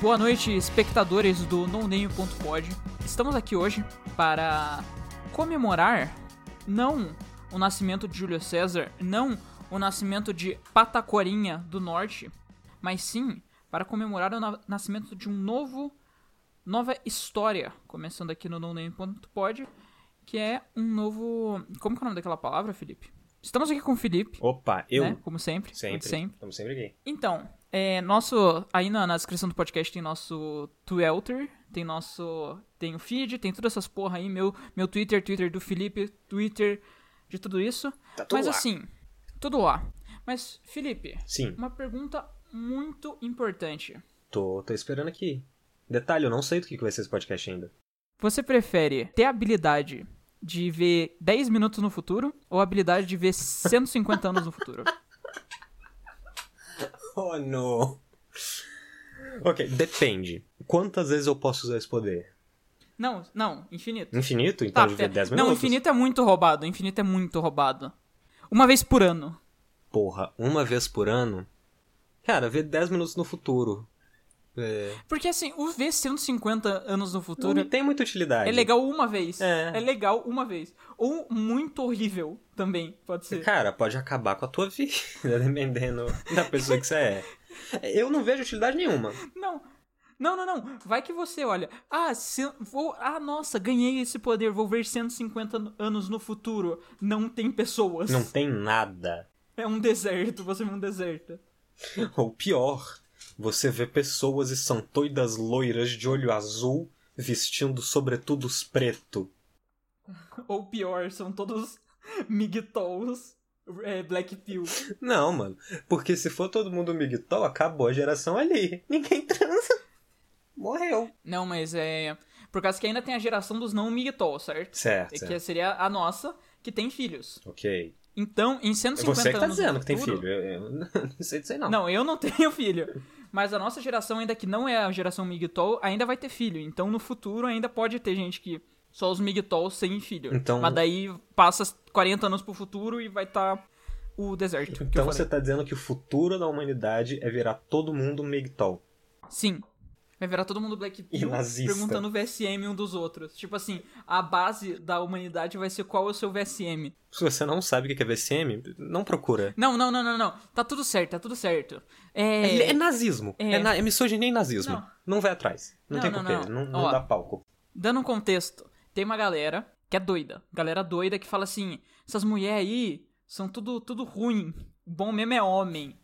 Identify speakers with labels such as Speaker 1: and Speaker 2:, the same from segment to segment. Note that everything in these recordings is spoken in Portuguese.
Speaker 1: Boa noite, espectadores do noname.pod. Estamos aqui hoje para comemorar não o nascimento de Júlio César, não o nascimento de Patacorinha do Norte, mas sim para comemorar o na- nascimento de um novo nova história, começando aqui no noname.pod, que é um novo, como que é o nome daquela palavra, Felipe? Estamos aqui com o Felipe,
Speaker 2: Opa, eu.
Speaker 1: né? Como sempre, como de
Speaker 2: Sempre.
Speaker 1: sempre.
Speaker 2: Estamos sempre aqui.
Speaker 1: Então, é, nosso. Aí na, na descrição do podcast tem nosso Twitter, tem nosso. Tem o feed, tem todas essas porra aí, meu, meu Twitter, Twitter do Felipe, Twitter de tudo isso.
Speaker 2: Tá tudo
Speaker 1: Mas
Speaker 2: lá.
Speaker 1: assim, tudo lá. Mas, Felipe,
Speaker 2: Sim,
Speaker 1: uma pergunta muito importante.
Speaker 2: tô, tô esperando aqui. Detalhe, eu não sei do que que vai ser esse podcast ainda.
Speaker 1: Você prefere ter a habilidade de ver 10 minutos no futuro ou a habilidade de ver 150 anos no futuro?
Speaker 2: Oh, não. Ok, depende. Quantas vezes eu posso usar esse poder?
Speaker 1: Não, não, infinito. Tá,
Speaker 2: Infinito? Então de ver
Speaker 1: fe-
Speaker 2: 10
Speaker 1: Não,
Speaker 2: minutos?
Speaker 1: infinito é muito roubado. Infinito é muito roubado. Uma vez por ano.
Speaker 2: Porra, uma vez por ano? Cara, ver 10 minutos no futuro. É...
Speaker 1: Porque assim, o ver 150 anos no futuro
Speaker 2: Não tem muita utilidade.
Speaker 1: é legal uma vez.
Speaker 2: É.
Speaker 1: legal uma vez. Ou muito horrível também, pode ser.
Speaker 2: Cara, pode acabar com a tua vida, dependendo da pessoa que você é. Eu não vejo utilidade nenhuma.
Speaker 1: Não. Não, não, não. Vai que você olha. Ah, se- vou, ah, nossa, ganhei esse poder. Vou ver 150 an- anos no futuro. Não tem pessoas.
Speaker 2: Não tem nada.
Speaker 1: É um deserto. Você vê um deserto.
Speaker 2: Ou pior, você vê pessoas e são toidas loiras de olho azul vestindo sobretudos preto.
Speaker 1: Ou pior, são todos migtols. É, Black Pill.
Speaker 2: Não, mano, porque se for todo mundo migtol, acabou a geração ali. Ninguém transa. Morreu.
Speaker 1: Não, mas é. Por causa que ainda tem a geração dos não migtol, certo?
Speaker 2: Certo.
Speaker 1: É Que seria a nossa, que tem filhos.
Speaker 2: Ok.
Speaker 1: Então, em
Speaker 2: É
Speaker 1: 150
Speaker 2: você que tá
Speaker 1: anos
Speaker 2: dizendo
Speaker 1: no
Speaker 2: que tem
Speaker 1: futuro-
Speaker 2: filho. Eu, eu não sei disso aí, não.
Speaker 1: Não, eu não tenho filho. Mas a nossa geração, ainda que não é a geração migtol, ainda vai ter filho. Então, no futuro, ainda pode ter gente que. Só os migtols sem filho.
Speaker 2: Então-
Speaker 1: Mas daí passa 40 anos pro futuro e vai estar tá o deserto. que eu
Speaker 2: Então
Speaker 1: falei.
Speaker 2: você tá dizendo que o futuro da humanidade é virar todo mundo migtol.
Speaker 1: Sim. Vai virar todo mundo Black Pill
Speaker 2: nazista.
Speaker 1: perguntando o VSM um dos outros. Tipo assim, a base da humanidade vai ser qual é o seu VSM.
Speaker 2: Se você não sabe o que é VCM, não procura.
Speaker 1: Não, não, não, não, não. Tá tudo certo, tá tudo certo. É.
Speaker 2: É, é nazismo. É,
Speaker 1: é.
Speaker 2: na- é misoginia e nazismo.
Speaker 1: Não.
Speaker 2: Não. vai atrás. Não,
Speaker 1: Não,
Speaker 2: tem
Speaker 1: não,
Speaker 2: porquê.
Speaker 1: não.
Speaker 2: Não,
Speaker 1: Ó.
Speaker 2: não dá palco.
Speaker 1: Dando um contexto, tem uma galera que é doida. Galera doida que fala assim: essas mulheres aí são tudo, tudo ruim. O bom mesmo é homem.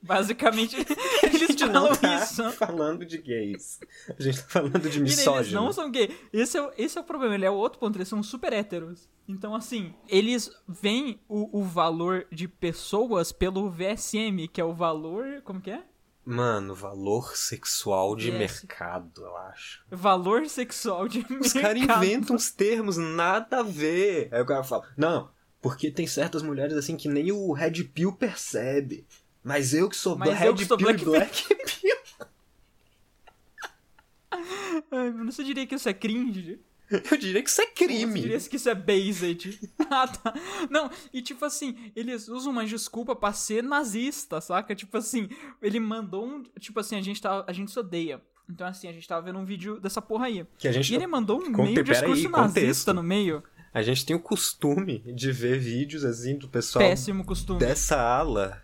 Speaker 1: Basicamente, eles
Speaker 2: gente
Speaker 1: falam
Speaker 2: não tá
Speaker 1: isso.
Speaker 2: falando de gays. A gente tá falando de né?
Speaker 1: E daí eles
Speaker 2: misógino.
Speaker 1: não são gay. Esse é, o- esse é o problema, ele é o outro ponto, eles são super héteros. Então, assim, eles veem o, o valor de pessoas pelo VSM, que é o valor. Como que é?
Speaker 2: Mano, valor sexual de
Speaker 1: Yes.
Speaker 2: mercado, eu acho.
Speaker 1: Valor sexual de
Speaker 2: Os caras
Speaker 1: mercado.
Speaker 2: inventam uns termos nada a ver. Aí o cara fala, não, porque tem certas mulheres assim que nem o Red Pill percebe. Mas eu que sou
Speaker 1: Mas
Speaker 2: bla-
Speaker 1: eu
Speaker 2: Red
Speaker 1: que sou
Speaker 2: Pill
Speaker 1: Black
Speaker 2: e Black Pill.
Speaker 1: Ai, mas você diria que isso é cringe?
Speaker 2: Eu diria que isso é
Speaker 1: Você
Speaker 2: crime.
Speaker 1: diria que isso é based. ah, tá. Não, e tipo assim, eles usam uma desculpa pra ser nazista, saca? Tipo assim, ele mandou um. Tipo assim, a gente, tá, a gente se odeia. Então, assim, a gente tava vendo um vídeo dessa porra aí.
Speaker 2: Que a gente,
Speaker 1: E ele mandou um
Speaker 2: Conte-
Speaker 1: meio
Speaker 2: peraí,
Speaker 1: discurso nazista
Speaker 2: contexto.
Speaker 1: no meio.
Speaker 2: a gente tem o costume de ver vídeos assim do pessoal
Speaker 1: Péssimo costume.
Speaker 2: dessa ala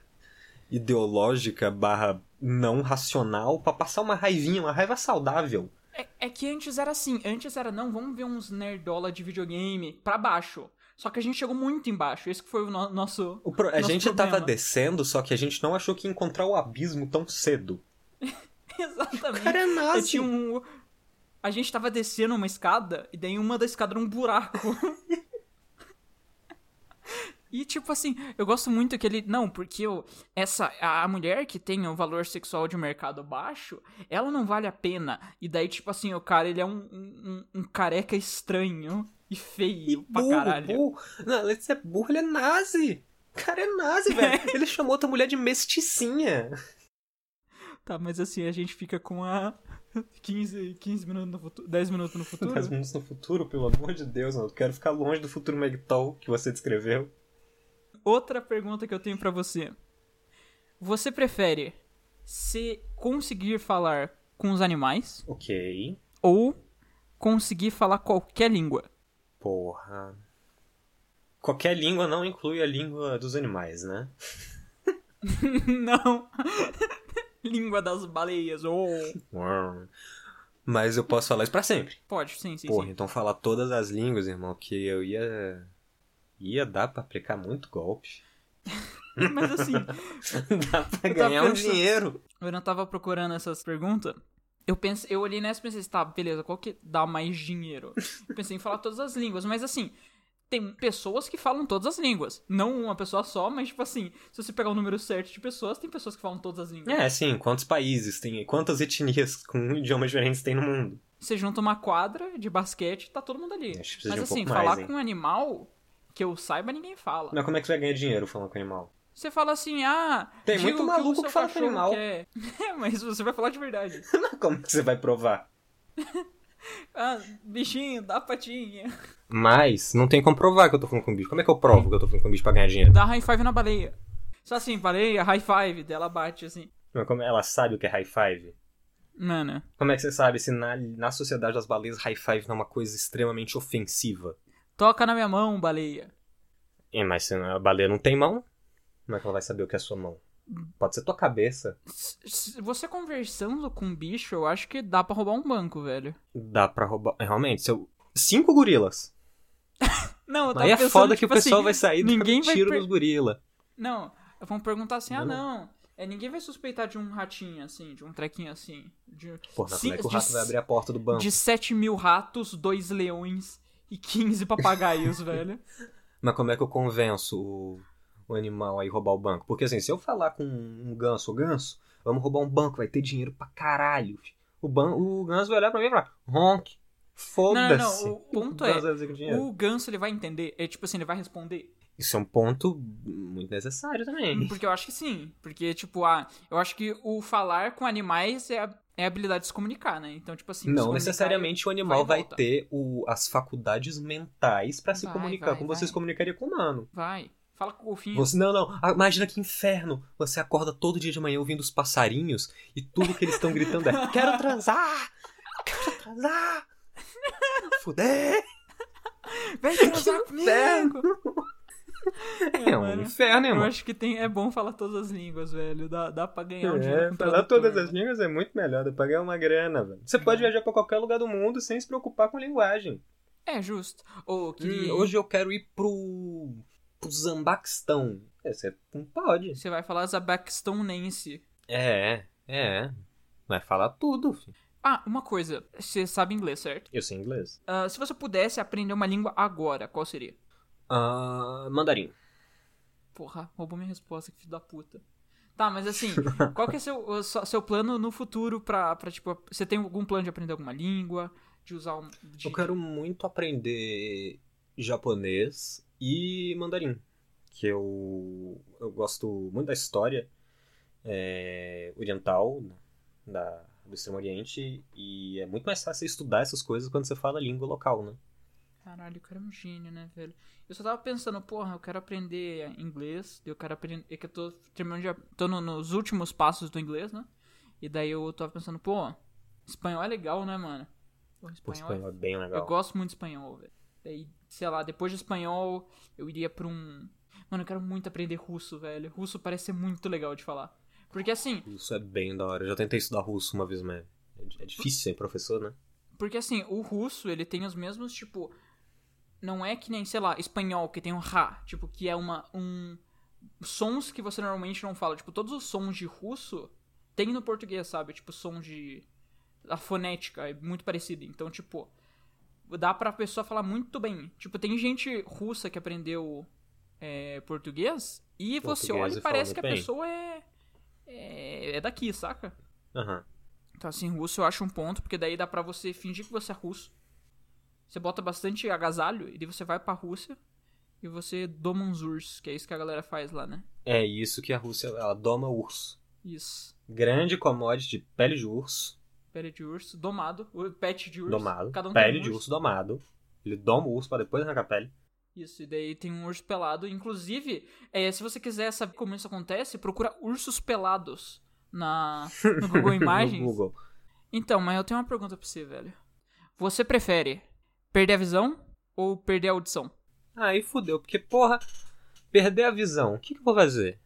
Speaker 2: ideológica barra não racional pra passar uma raivinha, uma raiva saudável.
Speaker 1: É, é que antes era assim, antes era, não, vamos ver uns nerdola de videogame pra baixo. Só que a gente chegou muito embaixo. Esse que foi o no- nosso.
Speaker 2: O pro- A
Speaker 1: Nosso
Speaker 2: gente tava
Speaker 1: problema.
Speaker 2: descendo, só que a gente não achou que ia encontrar o abismo tão cedo.
Speaker 1: Exatamente.
Speaker 2: é
Speaker 1: Eu tinha um. A gente tava descendo uma escada e daí em uma da escada era um buraco. e tipo assim, eu gosto muito que ele. Não, porque eu, essa a a mulher que tem o valor sexual de um mercado baixo, ela não vale a pena. E daí, tipo assim, o cara ele é um, um, um careca estranho e feio
Speaker 2: E
Speaker 1: pra
Speaker 2: burro,
Speaker 1: caralho.
Speaker 2: burro. Não, além de ser burro, ele é nazi. O cara é nazi, velho. ele chamou outra mulher de mesticinha.
Speaker 1: Tá, mas assim, a gente fica com a 15, 15 minutos no futuro. 10 minutos no futuro.
Speaker 2: 10 minutos no futuro, pelo amor de Deus, mano. Eu quero ficar longe do futuro Megtol que você descreveu.
Speaker 1: Outra pergunta que eu tenho pra você. Você prefere se conseguir falar com os animais
Speaker 2: Ok.
Speaker 1: ou conseguir falar qualquer língua.
Speaker 2: Porra. Qualquer língua não inclui a língua dos animais, né?
Speaker 1: Não. língua das baleias. ou
Speaker 2: Uau. Mas eu posso falar isso pra sempre.
Speaker 1: Pode, sim, sim,
Speaker 2: Porra,
Speaker 1: sim.
Speaker 2: então falar todas as línguas, irmão, que eu ia. ia dar pra aplicar muito golpe.
Speaker 1: Mas assim,
Speaker 2: Dá pra
Speaker 1: Eu tava
Speaker 2: ganhar um
Speaker 1: pensando-
Speaker 2: dinheiro.
Speaker 1: eu não tava procurando essas perguntas. Eu pensei, eu olhei nessa e pensei, tá, beleza, qual que dá mais dinheiro? Eu pensei em falar todas as línguas, mas assim, tem pessoas que falam todas as línguas. Não uma pessoa só, mas tipo assim, se você pegar o número certo de pessoas, tem pessoas que falam todas as línguas.
Speaker 2: É, sim, quantos países tem, quantas etnias com idiomas diferentes tem no mundo?
Speaker 1: Você junta uma quadra de basquete, tá todo mundo ali.
Speaker 2: Acho que precisa
Speaker 1: Mas
Speaker 2: de um
Speaker 1: assim,
Speaker 2: pouco
Speaker 1: falar
Speaker 2: mais, hein?
Speaker 1: com um animal que eu saiba, ninguém fala.
Speaker 2: Mas como é que você vai ganhar dinheiro falando com animal?
Speaker 1: Você fala assim, ah.
Speaker 2: Tem
Speaker 1: diga
Speaker 2: muito
Speaker 1: o
Speaker 2: maluco
Speaker 1: o seu
Speaker 2: que fala com
Speaker 1: cachorro
Speaker 2: animal.
Speaker 1: quer. É, mas você vai falar de verdade.
Speaker 2: como que você vai provar?
Speaker 1: Ah, bichinho, dá patinha.
Speaker 2: Mas não tem como provar que eu tô falando com um bicho. Como é que eu provo que eu tô falando com um bicho pra ganhar dinheiro?
Speaker 1: Dá high five na baleia. Só assim, baleia, high five, dela bate assim.
Speaker 2: Mas como ela sabe o que é high five?
Speaker 1: Mano,
Speaker 2: Como é que você sabe se na, na sociedade das baleias high five não é uma coisa extremamente ofensiva?
Speaker 1: toca na minha mão, baleia.
Speaker 2: É, mas se a baleia não tem mão, como é que ela vai saber o que é sua mão? Pode ser tua cabeça.
Speaker 1: S- s- Você conversando com um bicho, eu acho que dá pra roubar um banco, velho.
Speaker 2: Dá pra roubar. é, Realmente, se eu. Cinco gorilas.
Speaker 1: Não, eu tava
Speaker 2: Aí é
Speaker 1: pensando,
Speaker 2: foda que
Speaker 1: tipo
Speaker 2: o pessoal
Speaker 1: assim,
Speaker 2: vai sair do
Speaker 1: ninguém vai
Speaker 2: tiro
Speaker 1: per-
Speaker 2: dos gorila.
Speaker 1: Não, vão perguntar assim, ah
Speaker 2: Não.
Speaker 1: não, é, ninguém vai suspeitar de um ratinho assim, de um trequinho assim. De,
Speaker 2: Porra,
Speaker 1: Sim,
Speaker 2: como é que o
Speaker 1: de
Speaker 2: rato
Speaker 1: c-
Speaker 2: vai abrir a porta do banco?
Speaker 1: de 7 mil ratos, 2 leões e 15 papagaios, velho.
Speaker 2: Mas como é que eu convenço o, o animal a ir roubar o banco? Porque assim, se eu falar com um ganso, ô ganso, vamos roubar um banco, vai ter dinheiro pra caralho. fi." O, ban... o ganso vai olhar pra mim e falar, ronk, foda-se.
Speaker 1: Não, não, não, o ponto é,
Speaker 2: ganso vai dizer que dinheiro.
Speaker 1: O ganso, ele vai entender, é tipo assim, ele vai responder.
Speaker 2: Isso é um ponto muito necessário também.
Speaker 1: Porque eu acho que sim. Porque, tipo, ah, eu acho que o falar com animais é a, é a habilidade de se comunicar, né? Então, tipo assim. se
Speaker 2: Não
Speaker 1: comunicar-
Speaker 2: necessariamente o animal
Speaker 1: vai e
Speaker 2: vai,
Speaker 1: volta.
Speaker 2: ter o- as faculdades mentais pra se
Speaker 1: Vai,
Speaker 2: comunicar,
Speaker 1: vai,
Speaker 2: como você
Speaker 1: vai.
Speaker 2: se comunicaria com o humano.
Speaker 1: Vai. Fala com o golfinho.
Speaker 2: Você, não, não, ah, imagina que inferno. Você acorda todo dia de manhã ouvindo os passarinhos e tudo que eles estão gritando é: Quero transar! Quero transar! Fuder!
Speaker 1: Vem transar
Speaker 2: inferno!
Speaker 1: comigo!
Speaker 2: É um
Speaker 1: mano.
Speaker 2: inferno,
Speaker 1: Eu
Speaker 2: irmão.
Speaker 1: acho que tem, é bom falar todas as línguas, velho. Dá, dá pra ganhar um dinheiro.
Speaker 2: É,
Speaker 1: com
Speaker 2: falar
Speaker 1: tradutor,
Speaker 2: todas as
Speaker 1: né?
Speaker 2: línguas é muito melhor, dá pra ganhar uma grana, velho. Você pode viajar pra qualquer lugar do mundo sem se preocupar com linguagem.
Speaker 1: É justo. Ou
Speaker 2: Hum,
Speaker 1: que
Speaker 2: hoje eu quero ir pro. pro Zambaquistão. É, você não pode.
Speaker 1: você vai falar Zabaquistonense.
Speaker 2: É, é. Vai falar tudo, filho.
Speaker 1: Ah, uma coisa. Você sabe inglês, certo?
Speaker 2: Eu sei inglês.
Speaker 1: Ah, se você pudesse aprender uma língua agora, qual seria?
Speaker 2: Ah, mandarim.
Speaker 1: Porra, roubou minha resposta, que filho da puta. Tá, mas assim, qual que é seu, o seu seu plano no futuro pra, pra, tipo, você tem algum plano de aprender alguma língua? De usar um. de-
Speaker 2: Eu quero muito aprender japonês e mandarim. Que eu, eu gosto muito da história é, oriental, da, do Extremo Oriente, e é muito mais fácil estudar essas coisas quando você fala a língua local, né?
Speaker 1: Caralho, o cara é um gênio, né, velho? Eu só tava pensando, porra, eu quero aprender inglês, eu quero aprender. É que eu tô terminando de. tô no- nos últimos passos do inglês, né? E daí eu tava pensando, pô, espanhol é legal, né, mano? Pô,
Speaker 2: O espanhol é bem
Speaker 1: um Eu
Speaker 2: legal.
Speaker 1: gosto muito de espanhol, velho. Daí, sei lá, depois de espanhol, eu iria pra um. Mano, eu quero muito aprender russo, velho. Russo parece ser muito legal de falar. Porque assim,
Speaker 2: Russo é bem da hora. Eu já tentei estudar russo uma vez, mas é di- é difícil ser professor, né?
Speaker 1: porque assim, o russo, ele tem os mesmos, tipo. Não é que nem, sei lá, espanhol, que tem um ra, tipo, que é uma. um. Sons que você normalmente não fala. Tipo, todos os sons de russo tem no português, sabe? Tipo, som de. A fonética é muito parecida. Então, tipo. Dá pra pessoa falar muito bem. Tipo, tem gente russa que aprendeu é, português e você
Speaker 2: Português
Speaker 1: olha
Speaker 2: e
Speaker 1: e
Speaker 2: fala
Speaker 1: parece
Speaker 2: muito
Speaker 1: que a
Speaker 2: bem.
Speaker 1: pessoa é, é. É daqui, saca?
Speaker 2: Aham.
Speaker 1: Então, assim, russo eu acho um ponto, porque daí dá pra você fingir que você é russo. Você bota bastante agasalho e daí você vai pra Rússia e você doma uns ursos, que é isso que a galera faz lá, né?
Speaker 2: É isso que a Rússia, ela doma urso.
Speaker 1: Isso.
Speaker 2: Grande commodity de pele de urso,
Speaker 1: Pele de urso, domado, o pet de urso.
Speaker 2: domado.
Speaker 1: Cada um
Speaker 2: pele
Speaker 1: tem um
Speaker 2: de urso domado. Ele doma o urso pra depois arrancar a pele.
Speaker 1: Isso, e daí tem um urso pelado. Inclusive, eh, se você quiser saber como isso acontece, procura ursos pelados na, no Google Imagens.
Speaker 2: No Google.
Speaker 1: Então, mas eu tenho uma pergunta pra você, velho. Você prefere perder a visão ou perder a audição?
Speaker 2: Aí fudeu, porque, porra, perder a visão, o que, que eu vou fazer?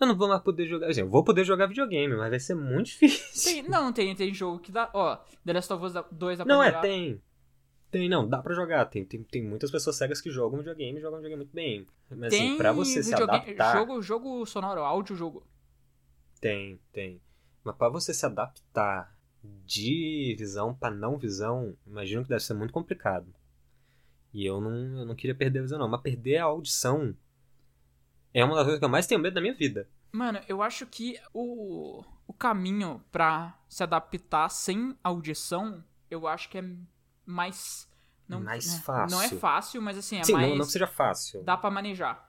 Speaker 2: Eu não vou mais poder jogar. Assim, eu vou poder jogar videogame, mas vai ser muito difícil.
Speaker 1: Tem- não, tem, tem jogo que dá. Ó, The Last of Us 2 dá pra
Speaker 2: Tipo não é,
Speaker 1: jogar.
Speaker 2: tem. Tem, não, dá pra jogar. Tem, tem, tem muitas pessoas cegas que jogam videogame e jogam videogame muito bem. Mas assim, pra você se
Speaker 1: videogame-
Speaker 2: adaptar.
Speaker 1: Jogo, jogo sonoro, áudio jogo.
Speaker 2: Tem, tem. Mas pra você se adaptar de visão pra não visão, imagino que deve ser muito complicado. E eu não, eu não queria perder a visão, não. Mas perder a audição é uma das coisas que eu mais tenho medo da minha vida.
Speaker 1: Mano, eu acho que o, o caminho pra se adaptar sem audição, eu acho que é mais. Não,
Speaker 2: Mais
Speaker 1: né,
Speaker 2: fácil.
Speaker 1: Não é fácil, mas assim, é
Speaker 2: Sim,
Speaker 1: mais.
Speaker 2: não, não que seja fácil.
Speaker 1: Dá pra manejar.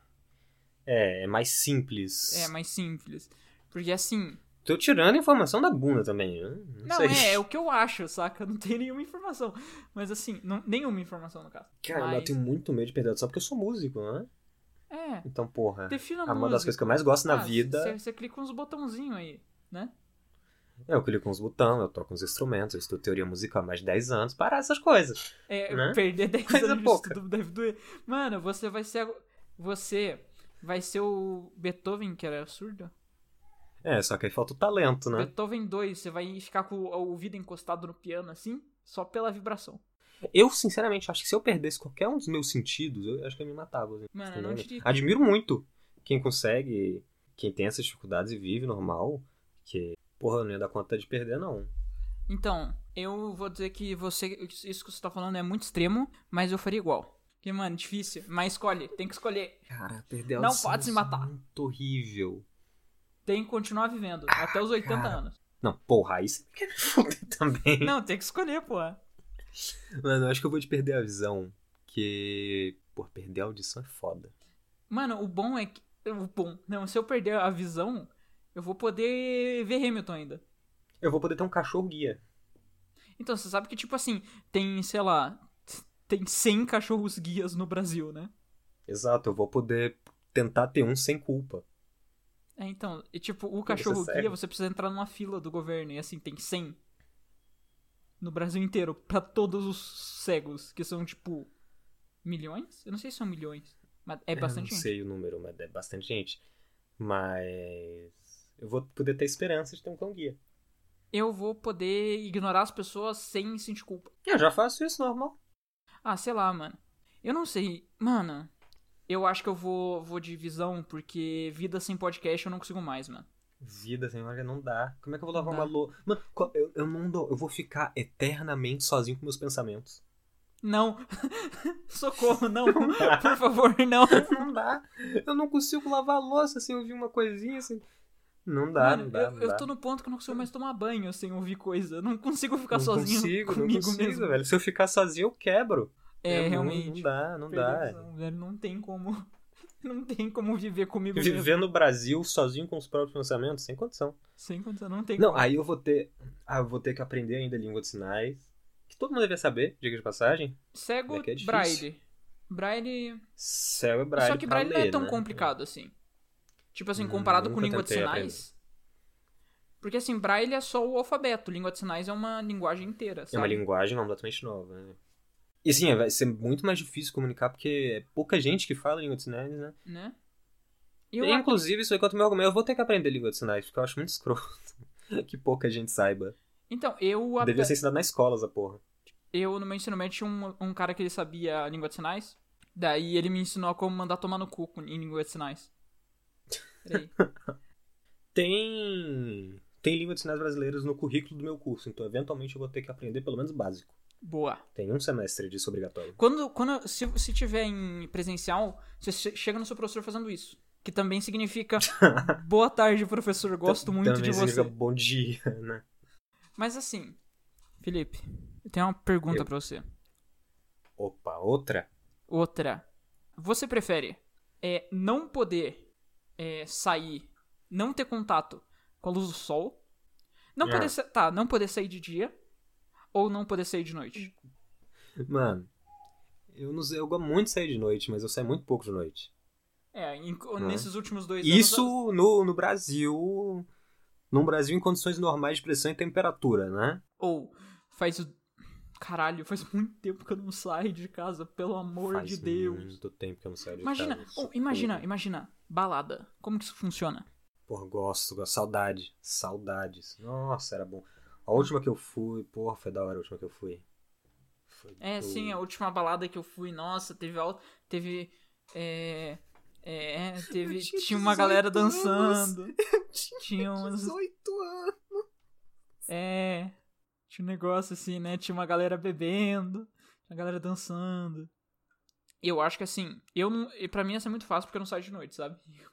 Speaker 2: É, é mais simples.
Speaker 1: É mais simples. Porque assim.
Speaker 2: Tô tirando informação da bunda também. né? Não,
Speaker 1: Não,
Speaker 2: sei.
Speaker 1: é, é o que eu acho, saca? Eu não tenho nenhuma informação. Mas assim, não- nenhuma informação no caso.
Speaker 2: Cara, mas... eu
Speaker 1: mas-
Speaker 2: tenho muito medo de perder a audição porque eu sou músico, né?
Speaker 1: É,
Speaker 2: Então, porra.
Speaker 1: defina
Speaker 2: É
Speaker 1: a música.
Speaker 2: uma das coisas que eu mais gosto na
Speaker 1: Ah,
Speaker 2: vida.
Speaker 1: Você você clica uns botãozinhos aí, né?
Speaker 2: Eu clico nos botões, eu toco uns instrumentos, eu estudo teoria musical há mais de 10 anos, parar essas coisas.
Speaker 1: É,
Speaker 2: Né?
Speaker 1: perder 10
Speaker 2: Coisa
Speaker 1: anos
Speaker 2: pouca.
Speaker 1: de estudo deve doer. Mano, você vai ser. Você vai ser o Beethoven, que era surdo?
Speaker 2: É, só que aí falta o talento, né?
Speaker 1: Beethoven 2, você vai ficar com o ouvido encostado no piano assim, só pela vibração.
Speaker 2: Eu, sinceramente, acho que se eu perdesse qualquer um dos meus sentidos, eu acho que eu me matava. assim,
Speaker 1: Mano, eu
Speaker 2: entendeu?
Speaker 1: não diria.
Speaker 2: Admiro muito quem consegue, quem tem essas dificuldades e vive normal, que, porra, eu não ia dar conta de perder, não.
Speaker 1: Então, eu vou dizer que você. Isso que você tá falando é muito extremo, mas eu faria igual. Porque, mano, difícil. Mas escolhe, tem que escolher.
Speaker 2: Cara, perder a
Speaker 1: Não
Speaker 2: audição
Speaker 1: pode se
Speaker 2: é
Speaker 1: matar.
Speaker 2: muito horrível.
Speaker 1: Tem que continuar vivendo. até os 80
Speaker 2: cara.
Speaker 1: anos.
Speaker 2: Não, porra, aí você quer me fuder também.
Speaker 1: Não, tem que escolher, pô.
Speaker 2: Mano, eu acho que eu vou te perder a visão, que, porra, perder a audição é foda.
Speaker 1: Mano, o bom é que. O bom. Não, se eu perder a visão, eu vou poder ver Hamilton ainda.
Speaker 2: Eu vou poder ter um cachorro guia.
Speaker 1: Então, você sabe que, tipo assim, tem, sei lá. Tem 100 cachorros guias no Brasil, né?
Speaker 2: Exato, eu vou poder tentar ter um sem culpa.
Speaker 1: É, então. E, tipo, o cachorro guia,
Speaker 2: segue.
Speaker 1: você precisa entrar numa fila do governo. E, assim, tem 100. No Brasil inteiro. pra todos os cegos. Que são, tipo. Milhões? Eu não sei se são milhões. Mas é bastante
Speaker 2: eu
Speaker 1: gente.
Speaker 2: não sei o número, mas é bastante gente. Mas eu vou poder ter esperança de ter um cão guia.
Speaker 1: Eu vou poder ignorar as pessoas sem sentir culpa.
Speaker 2: Eu já faço isso normal.
Speaker 1: Ah, sei lá, mano. Eu não sei. Mano, eu acho que eu vou, vou de visão, porque vida sem podcast eu não consigo mais, mano.
Speaker 2: Vida sem olha não dá. Como é que eu vou lavar
Speaker 1: Não
Speaker 2: uma
Speaker 1: dá.
Speaker 2: louça? Mano, qual- eu, eu não dou. Eu vou ficar eternamente sozinho com meus pensamentos.
Speaker 1: Não. Socorro, não. Por favor, não.
Speaker 2: Não dá. Eu não consigo lavar a louça sem ouvir uma coisinha. Sem... Não dá,
Speaker 1: mano,
Speaker 2: não dá.
Speaker 1: eu,
Speaker 2: não
Speaker 1: eu
Speaker 2: dá.
Speaker 1: tô no ponto que eu não consigo mais tomar banho sem ouvir coisa. Eu não consigo ficar
Speaker 2: não
Speaker 1: sozinho
Speaker 2: consigo, não
Speaker 1: comigo
Speaker 2: consigo,
Speaker 1: mesmo.
Speaker 2: velho. Se eu ficar sozinho, eu quebro.
Speaker 1: É,
Speaker 2: Eu não-
Speaker 1: realmente.
Speaker 2: Não dá, não
Speaker 1: Perder a
Speaker 2: dá.
Speaker 1: visão, velho, não tem como. Não tem como viver comigo mesmo.
Speaker 2: Viver no Brasil sozinho com os próprios pensamentos, sem condição.
Speaker 1: Sem condição, não tem
Speaker 2: Não,
Speaker 1: como.
Speaker 2: aí eu vou ter. Ah, eu vou ter que aprender ainda a língua de sinais. Que todo mundo devia saber, diga de passagem.
Speaker 1: Cego,
Speaker 2: é que é difícil.
Speaker 1: Braille. Braille
Speaker 2: Céu é braille.
Speaker 1: Só que
Speaker 2: pra
Speaker 1: Braille não é
Speaker 2: ler,
Speaker 1: tão
Speaker 2: né?
Speaker 1: complicado assim. Tipo assim,
Speaker 2: Hum,
Speaker 1: comparado com
Speaker 2: nunca
Speaker 1: língua de
Speaker 2: tentei
Speaker 1: sinais. Porque assim, Braille é só o alfabeto. Língua de sinais é uma linguagem inteira,
Speaker 2: É uma
Speaker 1: sabe?
Speaker 2: linguagem completamente nova, né? E sim, vai ser muito mais difícil comunicar porque é pouca gente que fala língua de sinais, né?
Speaker 1: Né? E
Speaker 2: E,
Speaker 1: eu,
Speaker 2: inclusive, isso é quanto meu argumento. Eu vou ter que aprender língua de sinais, porque eu acho muito escroto. que pouca gente saiba.
Speaker 1: então, eu, até-
Speaker 2: Devia ser ensinado na escola, essa porra.
Speaker 1: eu no meu ensino médio tinha um, um cara que ele sabia a língua de sinais. Daí ele me ensinou a como mandar tomar no cu com- em língua de sinais. Peraí.
Speaker 2: Tem. Tem língua de sinais brasileiras no currículo do meu curso, então eventualmente eu vou ter que aprender pelo menos o básico.
Speaker 1: Boa.
Speaker 2: Tem um semestre disso obrigatório.
Speaker 1: Quando, quando se, se tiver em presencial, você che- chega no seu professor fazendo isso. Que também significa boa tarde, professor. Gosto muito
Speaker 2: Também
Speaker 1: de Então, você.
Speaker 2: significa bom dia, né?
Speaker 1: Mas assim, Felipe, eu tenho uma pergunta
Speaker 2: Eu.
Speaker 1: pra você.
Speaker 2: Opa, outra?
Speaker 1: Outra. Você prefere é, não poder é, sair, não ter contato com a luz do sol, não
Speaker 2: Ah.
Speaker 1: poder sa- tá, não poder sair de dia ou não poder sair de noite?
Speaker 2: Mano, eu não sei, eu gosto muito de sair de noite, mas eu saio muito pouco de noite.
Speaker 1: É, em- nesses últimos dois anos.
Speaker 2: Isso no, no Brasil. No Brasil em condições normais de pressão e temperatura, né?
Speaker 1: Ou faz. Caralho, faz muito tempo que eu não saio de casa, pelo amor
Speaker 2: Faz
Speaker 1: de Deus.
Speaker 2: muito tempo que eu não saio de
Speaker 1: Imagina,
Speaker 2: casa. é
Speaker 1: ou imagina,
Speaker 2: socorro.
Speaker 1: imagina, balada. Como que isso funciona?
Speaker 2: Porra, gosto, gosto. Saudade. Saudades. Nossa, era bom. A última que eu fui, porra, foi da hora a última que eu fui. Foi
Speaker 1: É,
Speaker 2: do-
Speaker 1: sim, a última balada que eu fui, nossa, teve alto, teve é, é, teve
Speaker 2: Eu tinha
Speaker 1: tinha uma galera
Speaker 2: 18 anos.
Speaker 1: dançando. Tinha uns
Speaker 2: 18 anos.
Speaker 1: é, tinha um negócio assim, né? Tinha uma galera bebendo, tinha uma galera dançando. Eu acho que assim, eu não, e para mim ia ser muito fácil porque eu não saio de noite, sabe?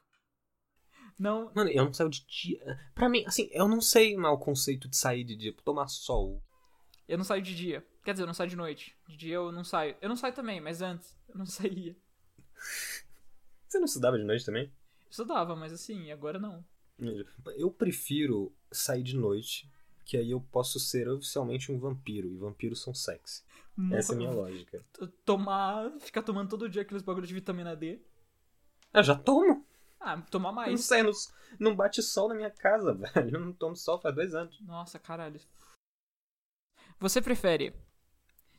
Speaker 1: Não,
Speaker 2: Mano, eu não saio de dia. Pra mim, assim, eu não sei mal o conceito de sair de dia, tomar sol.
Speaker 1: Eu não saio de dia. Quer dizer, eu não saio de noite. De dia eu não saio. Eu não saio também, mas antes eu não saía.
Speaker 2: Você não estudava de noite também?
Speaker 1: Eu Estudava, mas assim, agora não.
Speaker 2: Eu prefiro sair de noite, que aí eu posso ser oficialmente um vampiro, e vampiros são sexy. Essa é a minha lógica.
Speaker 1: T- Tomar. Ficar tomando todo dia aqueles bagulhos de vitamina D.
Speaker 2: Eu já tomo.
Speaker 1: Ah, tomar
Speaker 2: Eu não
Speaker 1: mais.
Speaker 2: saio, não, não bate sol na minha casa, velho. Eu não tomo sol faz dois anos.
Speaker 1: Nossa, caralho. Você prefere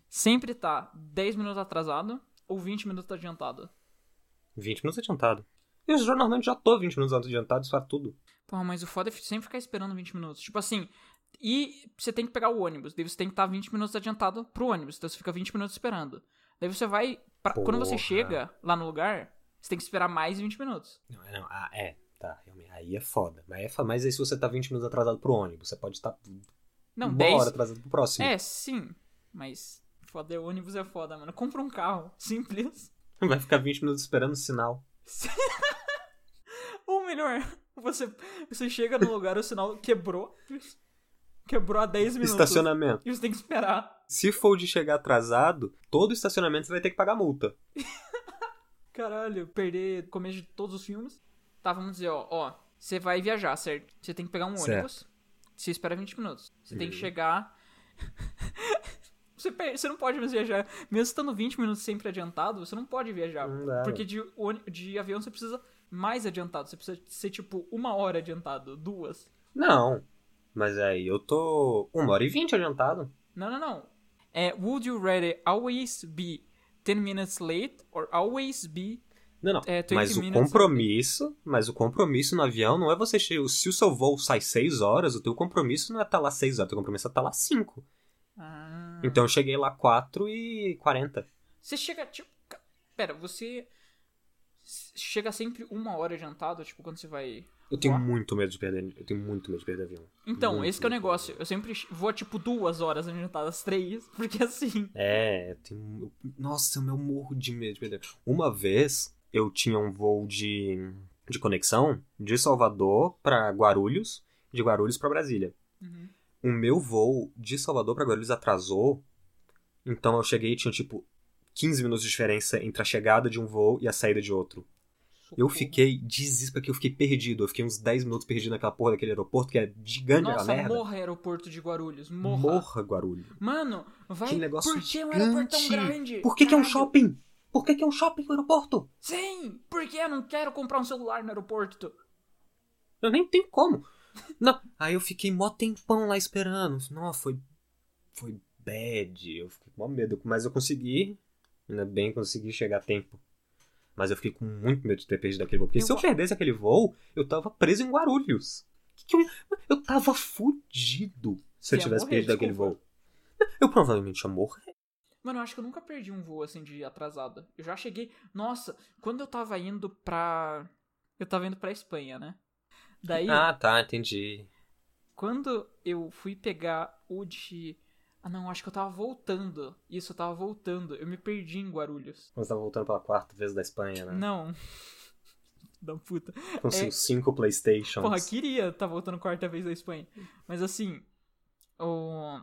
Speaker 1: sempre estar 10 minutos atrasado ou 20 minutos adiantado?
Speaker 2: 20 minutos adiantado. Eu já- normalmente já tô 20 minutos adiantado, isso faz tudo.
Speaker 1: Porra, mas o foda é sempre ficar esperando 20 minutos. Tipo assim, e você tem que pegar o ônibus, daí você tem que estar 20 minutos adiantado pro ônibus, então você fica 20 minutos esperando. Daí você vai. pra- Quando você
Speaker 2: Porra.
Speaker 1: chega lá no lugar, você tem que esperar mais 20 minutos.
Speaker 2: Não, é, não. Ah, é. Tá, realmente. Aí é foda. Mas, é foda. Mas aí se você tá 20 minutos atrasado pro ônibus, você pode estar
Speaker 1: Não,
Speaker 2: uma
Speaker 1: 10.
Speaker 2: hora atrasado pro próximo.
Speaker 1: É, sim. Mas foda, ônibus é foda, mano. Compra um carro. Simples.
Speaker 2: Vai ficar 20 minutos esperando o sinal.
Speaker 1: Ou melhor, você, você chega no lugar, o sinal quebrou. Quebrou há 10 minutos.
Speaker 2: Estacionamento.
Speaker 1: E você tem que esperar.
Speaker 2: Se for de chegar atrasado, todo estacionamento você vai ter que pagar multa.
Speaker 1: Caralho, perder começo de todos os filmes. Tá, vamos dizer, ó, ó, você vai viajar, certo? Você tem que pegar um
Speaker 2: Certo.
Speaker 1: ônibus. Você espera 20 minutos. Você tem que
Speaker 2: Uhum.
Speaker 1: chegar. você, per- você não pode mais viajar. Mesmo estando 20 minutos sempre adiantado, você não pode viajar.
Speaker 2: Não dá,
Speaker 1: Porque de, ôni- de avião você precisa mais adiantado. Você precisa ser tipo uma hora adiantado, duas.
Speaker 2: Não. Mas aí eu tô uma hora e vinte adiantado.
Speaker 1: Não, não, não. É, would you rather always be 10 minutes late or always be.
Speaker 2: Não, não.
Speaker 1: É, 20
Speaker 2: mas o
Speaker 1: minutes-
Speaker 2: compromisso, mas o compromisso no avião não é você che- Se o seu voo sai seis horas, o teu compromisso não é estar lá seis horas, o teu compromisso é estar lá cinco.
Speaker 1: Ah.
Speaker 2: Então eu cheguei lá quatro e quarenta.
Speaker 1: Você chega, tipo. ca- Pera, você. s- Chega sempre uma hora adiantado, tipo, quando você vai.
Speaker 2: Eu tenho
Speaker 1: Uau.
Speaker 2: muito medo de perder, eu tenho muito medo de perder avião.
Speaker 1: Então,
Speaker 2: Muito,
Speaker 1: esse que é o
Speaker 2: muito
Speaker 1: negócio. Eu sempre ch- vou, tipo, duas horas adiantadas, três, porque assim.
Speaker 2: É, eu tenho. Nossa, eu meu morro de medo de perder. Uma vez eu tinha um voo de, de conexão de Salvador pra Guarulhos, de Guarulhos pra Brasília.
Speaker 1: Uhum.
Speaker 2: O meu voo de Salvador pra Guarulhos atrasou, então eu cheguei e tinha tipo 15 minutos de diferença entre a chegada de um voo e a saída de outro. Eu
Speaker 1: socorro.
Speaker 2: fiquei desesperado, que eu fiquei perdido. Eu fiquei uns 10 minutos perdido naquela porra daquele aeroporto que é gigante, a
Speaker 1: Nossa,
Speaker 2: merda.
Speaker 1: morra aeroporto de Guarulhos, morra.
Speaker 2: Morra, Guarulhos.
Speaker 1: Mano, vai.
Speaker 2: Que negócio
Speaker 1: por que um aeroporto tão
Speaker 2: gigante?
Speaker 1: grande?
Speaker 2: Por que, que é um
Speaker 1: Caralho.
Speaker 2: shopping? Por que, que é um shopping o aeroporto?
Speaker 1: Sim, porque eu não quero comprar um celular no aeroporto.
Speaker 2: Eu nem tenho como. Não. Aí eu fiquei mó tempão lá esperando. Nossa, foi. Foi bad. Eu fiquei com mó medo. Mas eu consegui. Ainda bem que consegui chegar a tempo. Mas eu fiquei com muito medo de ter perdido aquele voo. Porque
Speaker 1: Eu
Speaker 2: se eu
Speaker 1: go-
Speaker 2: perdesse aquele voo, eu tava preso em Guarulhos. Que que eu... eu tava fudido se
Speaker 1: Você ia
Speaker 2: eu tivesse
Speaker 1: morrer,
Speaker 2: perdido aquele
Speaker 1: desculpa.
Speaker 2: voo. Eu provavelmente ia morrer.
Speaker 1: Mano, eu acho que eu nunca perdi um voo assim de atrasado. Eu já cheguei. Nossa, quando eu tava indo pra. Eu tava indo pra Espanha, né? Daí,
Speaker 2: Ah, tá, entendi.
Speaker 1: quando eu fui pegar o de. Ah, não, acho que eu tava voltando. Isso, eu tava voltando. Eu me perdi em Guarulhos.
Speaker 2: Você tava voltando pela quarta vez da Espanha, né?
Speaker 1: Não. da puta.
Speaker 2: Com
Speaker 1: É.
Speaker 2: seus cinco Playstations.
Speaker 1: Porra, queria tá voltando quarta vez da Espanha. Mas assim, o...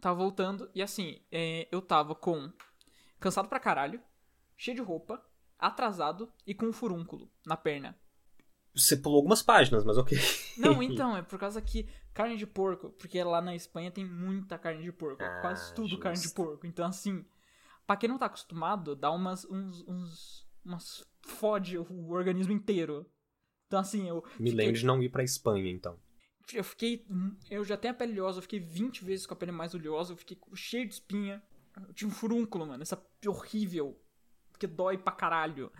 Speaker 1: tava voltando e assim, é, eu tava com cansado pra caralho, cheio de roupa, atrasado e com um furúnculo na perna.
Speaker 2: Você pulou algumas páginas, mas ok.
Speaker 1: Não, então, é por causa que carne de porco, porque lá na Espanha tem muita carne de porco,
Speaker 2: Ah,
Speaker 1: quase tudo carne de
Speaker 2: justo.
Speaker 1: porco. Então assim, pra quem não tá acostumado, dá umas uns, uns umas fode o organismo inteiro. Então assim, eu
Speaker 2: Me
Speaker 1: fiquei-
Speaker 2: lembro de não ir pra Espanha, então.
Speaker 1: Eu fiquei. Eu já tenho a pele oleosa, eu fiquei 20 vezes com a pele mais oleosa, eu fiquei cheio de espinha. Eu tinha um furúnculo, mano, essa horrível, que dói pra caralho.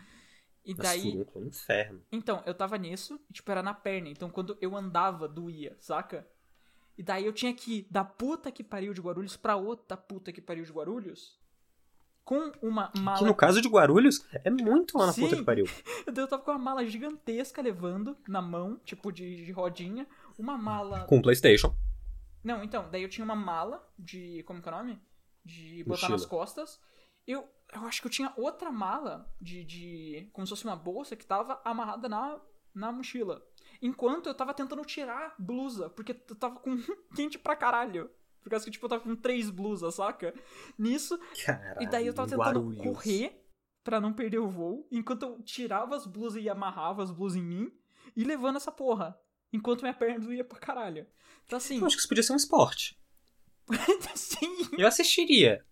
Speaker 1: E
Speaker 2: Mas
Speaker 1: daí.
Speaker 2: furúnculo é um inferno.
Speaker 1: Então, eu tava nisso, e, tipo, era na perna. Então, quando eu andava, doía, saca? E daí eu tinha que ir da puta que pariu de Guarulhos pra outra puta que pariu de Guarulhos com uma
Speaker 2: Que
Speaker 1: mala.
Speaker 2: no caso de Guarulhos, é muito lá na
Speaker 1: Sim.
Speaker 2: puta que pariu.
Speaker 1: Eu tava com uma mala gigantesca levando na mão, tipo, de, de rodinha. Uma mala.
Speaker 2: Com o Playstation.
Speaker 1: Não, então, daí eu tinha uma mala de. Como que é o nome? De botar
Speaker 2: Mochila.
Speaker 1: nas costas. Eu, eu acho que eu tinha outra mala de, de. Como se fosse uma bolsa que tava amarrada na, na mochila. Enquanto eu tava tentando tirar a blusa, porque eu tava com quente pra caralho. Por causa que, tipo, eu tava com três blusas, saca? Nisso,
Speaker 2: Caralho,
Speaker 1: e daí eu tava tentando
Speaker 2: Guarulhos.
Speaker 1: correr pra não perder o voo, enquanto eu tirava as blusas e amarrava as blusas em mim e levando essa porra. Enquanto minha perna doía pra caralho. Então assim,
Speaker 2: Eu acho que isso podia ser um esporte.
Speaker 1: sim,
Speaker 2: Eu assistiria.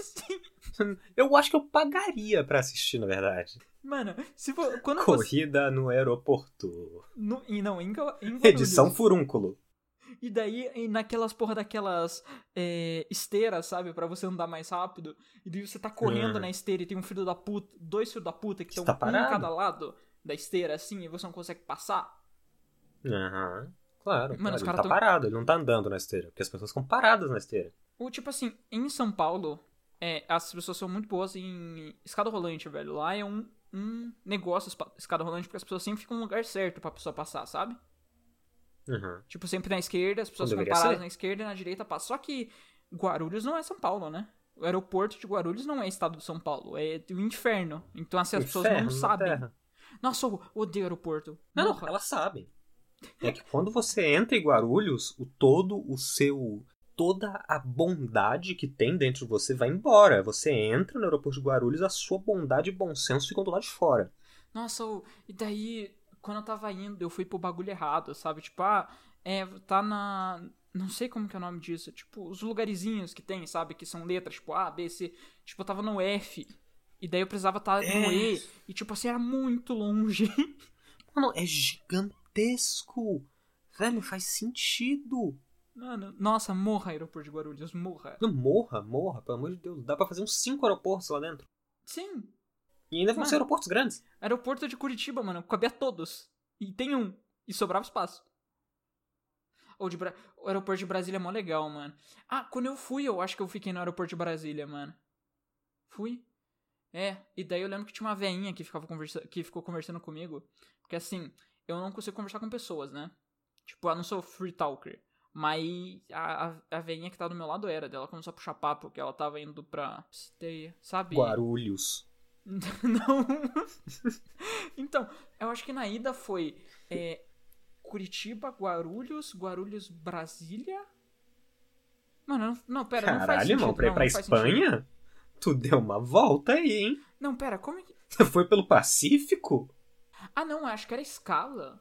Speaker 1: sim.
Speaker 2: Eu acho que eu pagaria pra assistir, na verdade.
Speaker 1: Mano, se for, quando você.
Speaker 2: Corrida no aeroporto.
Speaker 1: No, e não, em, Gua- em Guarulhos.
Speaker 2: Edição furúnculo.
Speaker 1: E daí, e naquelas porra daquelas é, esteiras, sabe? Pra você andar mais rápido. E daí você tá correndo
Speaker 2: Uhum.
Speaker 1: na esteira e tem um filho da puta, dois filhos da puta que
Speaker 2: Você
Speaker 1: estão
Speaker 2: tá
Speaker 1: um em
Speaker 2: parado?
Speaker 1: cada lado da esteira, assim, e você não consegue passar.
Speaker 2: Aham. Claro,
Speaker 1: Mano,
Speaker 2: claro.
Speaker 1: os
Speaker 2: ele
Speaker 1: caras
Speaker 2: tá
Speaker 1: tão-
Speaker 2: parado, ele não tá andando na esteira. Porque as pessoas ficam paradas na esteira.
Speaker 1: O tipo assim, em São Paulo, é, as pessoas são muito boas em escada rolante, velho. Lá é um, um negócio espa- escada rolante, porque as pessoas sempre ficam no lugar certo pra pessoa passar, sabe?
Speaker 2: Aham.
Speaker 1: Tipo, sempre na esquerda, as pessoas
Speaker 2: Não
Speaker 1: ficam
Speaker 2: deveria
Speaker 1: paradas
Speaker 2: ser.
Speaker 1: na esquerda e na direita passam. Só que Guarulhos não é São Paulo, né? O aeroporto de Guarulhos não é estado de São Paulo, é o inferno. Então assim, as pessoas
Speaker 2: Inferno
Speaker 1: não
Speaker 2: na
Speaker 1: sabem.
Speaker 2: Terra.
Speaker 1: Nossa, eu odeio aeroporto.
Speaker 2: Não, não,
Speaker 1: Morra.
Speaker 2: elas sabem. É que quando você entra em Guarulhos, o todo o seu. toda a bondade que tem dentro de você vai embora. Você entra no aeroporto de Guarulhos, a sua bondade e bom senso ficam do lado de fora.
Speaker 1: Nossa, o- e daí, quando eu tava indo, eu fui pro bagulho errado, sabe? Tipo, ah, é, tá na. Não sei como que é o nome disso. Tipo, os lugarzinhos que tem, sabe? Que são letras, tipo, A, B, C. Tipo, eu tava no F. E daí eu precisava estar no
Speaker 2: É.
Speaker 1: E. E, tipo, assim, era muito longe.
Speaker 2: Mano, é gigantesco! Velho, faz sentido!
Speaker 1: Mano, nossa, morra, aeroporto de Guarulhos, morra.
Speaker 2: Não, morra, morra, pelo amor de Deus. Dá pra fazer uns cinco aeroportos lá dentro.
Speaker 1: Sim,
Speaker 2: E ainda vão
Speaker 1: Mano.
Speaker 2: ser aeroportos grandes.
Speaker 1: aeroporto de Curitiba, mano, cabia todos. E tem um. E sobrava espaço. Ou de Bra... O aeroporto de Brasília é mó legal, mano. Ah, quando eu fui, eu acho que eu fiquei no aeroporto de Brasília, mano. Fui? É, e daí eu lembro que tinha uma veinha que, ficava conversa... que ficou conversando comigo. Porque assim, eu não consigo conversar com pessoas, né? Tipo, eu não sou free talker. Mas a, a, a veinha que tá do meu lado era. Daí ela começou a puxar papo, que ela tava indo pra esteia, sabe?
Speaker 2: Guarulhos.
Speaker 1: Não. então, eu acho que na ida foi é, Curitiba, Guarulhos, Guarulhos, Brasília. Mano, não, não pera, não faz
Speaker 2: Caralho,
Speaker 1: sentido.
Speaker 2: irmão, pra ir
Speaker 1: não,
Speaker 2: pra
Speaker 1: não faz sentido.
Speaker 2: Espanha? Tu deu uma volta aí, hein?
Speaker 1: Não, pera, como é que.
Speaker 2: Tu foi pelo Pacífico?
Speaker 1: Ah, não, acho que era escala.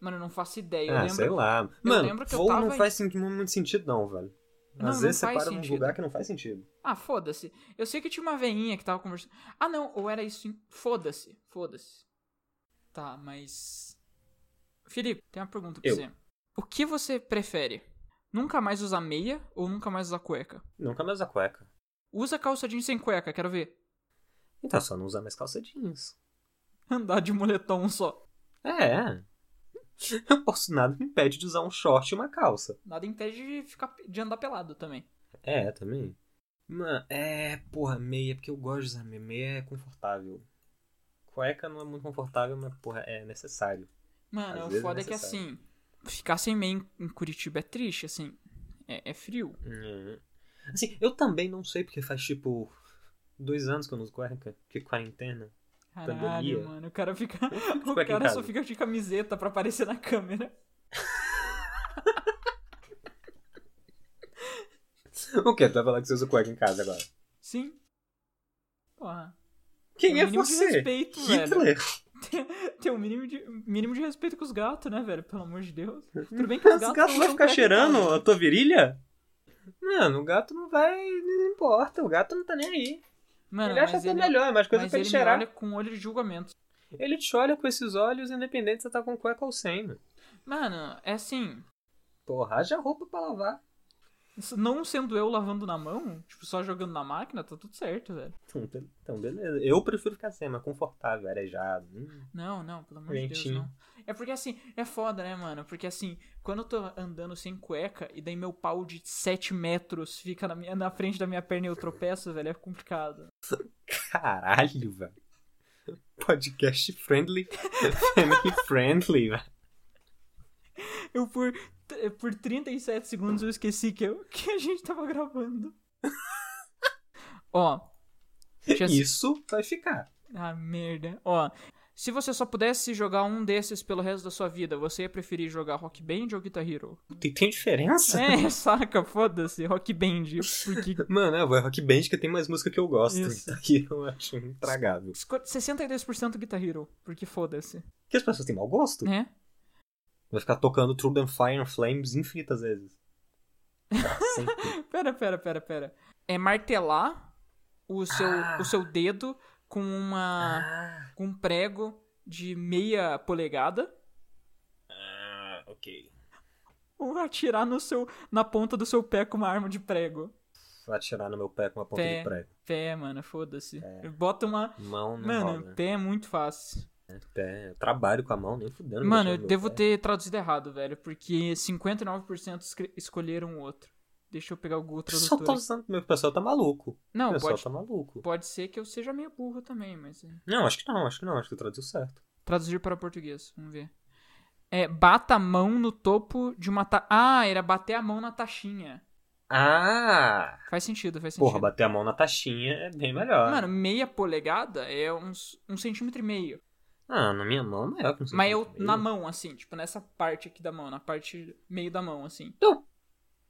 Speaker 1: Mano, eu não faço ideia.
Speaker 2: ah,
Speaker 1: eu
Speaker 2: sei
Speaker 1: lembro.
Speaker 2: lá. Mano,
Speaker 1: lembro que eu
Speaker 2: voo
Speaker 1: tava
Speaker 2: não faz sen- muito sentido, não, velho. Às
Speaker 1: Não, não
Speaker 2: vezes você
Speaker 1: faz
Speaker 2: para num
Speaker 1: sentido.
Speaker 2: lugar que não faz sentido.
Speaker 1: Ah, foda-se. Eu sei que tinha uma veinha que tava conversando. Ah, não, ou era isso. em- Foda-se, foda-se. Tá, mas. Felipe, tem uma pergunta pra
Speaker 2: Eu.
Speaker 1: você. O que você prefere? Nunca mais usar meia ou nunca mais usar cueca?
Speaker 2: Nunca mais usa cueca.
Speaker 1: Usa calça jeans sem cueca, quero ver.
Speaker 2: Então, só não usar mais calça jeans.
Speaker 1: Andar de moletom só.
Speaker 2: É. Eu posso nada me impede de usar um short e uma calça.
Speaker 1: Nada impede de, ficar, de andar pelado também.
Speaker 2: É, também. Mano, é, porra, meia, porque eu gosto de usar meia. Meia é confortável. Cueca não é muito confortável, mas, porra, é necessário. Às
Speaker 1: Mano, o
Speaker 2: vezes é
Speaker 1: foda é que assim,
Speaker 2: necessário.
Speaker 1: ficar sem meia em, em Curitiba é triste, assim. É, é frio.
Speaker 2: Hum. Assim, eu também não sei porque faz tipo dois anos que eu não uso cueca, que quarentena.
Speaker 1: Caralho,
Speaker 2: Pandemia.
Speaker 1: mano. O cara fica. O
Speaker 2: cueca em
Speaker 1: cara só
Speaker 2: casa.
Speaker 1: fica de camiseta pra aparecer na câmera.
Speaker 2: O que? Tu vai falar que você usa cueca em casa agora?
Speaker 1: Sim. Porra.
Speaker 2: Quem
Speaker 1: Tem
Speaker 2: é
Speaker 1: um mínimo de
Speaker 2: você?
Speaker 1: respeito,
Speaker 2: Hitler?
Speaker 1: Tem um mínimo de, mínimo de respeito com os gatos, né, velho? Pelo amor de Deus.
Speaker 2: Hum.
Speaker 1: Tudo bem que os
Speaker 2: Mas
Speaker 1: gatos.
Speaker 2: o gato
Speaker 1: não
Speaker 2: vai
Speaker 1: são
Speaker 2: ficar
Speaker 1: cueca em
Speaker 2: cheirando
Speaker 1: casa.
Speaker 2: a tua virilha? Mano, o gato não vai. Não importa, o gato não tá nem aí.
Speaker 1: Mano,
Speaker 2: ele acha
Speaker 1: mas
Speaker 2: até
Speaker 1: ele,
Speaker 2: melhor, é mais coisa
Speaker 1: mas
Speaker 2: pra
Speaker 1: ele
Speaker 2: ele
Speaker 1: me
Speaker 2: cheirar.
Speaker 1: olha com olho de julgamento.
Speaker 2: Ele te olha com esses olhos, independente se você tá com cueca ou sem, mano.
Speaker 1: Mano, é assim.
Speaker 2: Porra, haja roupa pra lavar.
Speaker 1: isso Não sendo eu lavando na mão, tipo, só jogando na máquina, tá tudo certo, velho.
Speaker 2: Então, be- então, beleza. Eu prefiro ficar sem, mas confortável, arejado. Hum.
Speaker 1: Não, não, pelo amor de Deus,
Speaker 2: Lentinho.
Speaker 1: não. É porque assim, é foda, né, mano? Porque assim, quando eu tô andando sem cueca e daí meu pau de 7 metros fica na, minha, na frente da minha perna e eu tropeço, velho, é complicado.
Speaker 2: Caralho, velho. Podcast friendly. Family friendly, velho.
Speaker 1: Eu por, t- por 37 segundos eu esqueci que, eu, que a gente tava gravando. Ó. deixa eu-
Speaker 2: Isso vai ficar.
Speaker 1: Ah, merda. Ó. Se você só pudesse jogar um desses pelo resto da sua vida, você ia preferir jogar Rock Band ou Guitar Hero?
Speaker 2: Tem, tem diferença?
Speaker 1: É, saca, foda-se, Rock Band. Porque
Speaker 2: Mano, é, vai Rock Band que tem mais música que eu gosto. então
Speaker 1: Isso.
Speaker 2: Aqui eu acho intragável.
Speaker 1: Esco- 62% Guitar Hero, porque foda-se.
Speaker 2: Porque as pessoas têm mau gosto.
Speaker 1: Né?
Speaker 2: Vai ficar tocando True Than Fire and Flames infinitas vezes. Pra sempre.
Speaker 1: Pera, pera, pera, pera. É martelar o seu,
Speaker 2: Ah.
Speaker 1: o seu dedo com uma
Speaker 2: ah,
Speaker 1: com um prego de meia polegada
Speaker 2: ah, ok.
Speaker 1: ou atirar no seu na ponta do seu pé com uma arma de prego.
Speaker 2: Vou atirar no meu pé com uma ponta
Speaker 1: Pé.
Speaker 2: de prego.
Speaker 1: Pé, mano, foda-se. Bota uma
Speaker 2: Mão É. não
Speaker 1: Mano,
Speaker 2: rola.
Speaker 1: pé é muito fácil.
Speaker 2: Pé. Eu trabalho com a mão, nem fudendo.
Speaker 1: Mano,
Speaker 2: mexendo
Speaker 1: eu
Speaker 2: no meu
Speaker 1: devo
Speaker 2: pé.
Speaker 1: ter traduzido errado, velho, porque 59% escre- escolheram o outro. Deixa eu pegar o Google
Speaker 2: O pessoal tá
Speaker 1: Tradutor.
Speaker 2: usando. Meu pessoal tá maluco.
Speaker 1: Não,
Speaker 2: o pessoal
Speaker 1: pode,
Speaker 2: tá maluco.
Speaker 1: pode ser que eu seja meio burro também, mas... é.
Speaker 2: Não, acho que não, acho que não, acho que traduziu certo.
Speaker 1: Traduzir para português, vamos ver. É, bata a mão no topo de uma... Ta... Ah, era bater a mão na taxinha.
Speaker 2: Ah!
Speaker 1: Faz sentido, faz sentido.
Speaker 2: Porra, bater a mão na taxinha é bem melhor.
Speaker 1: Mano, meia polegada é uns, um centímetro e meio.
Speaker 2: Ah, na minha mão não é. com
Speaker 1: Mas eu
Speaker 2: certeza.
Speaker 1: na mão, assim, tipo, nessa parte aqui da mão, na parte meio da mão, assim.
Speaker 2: Então.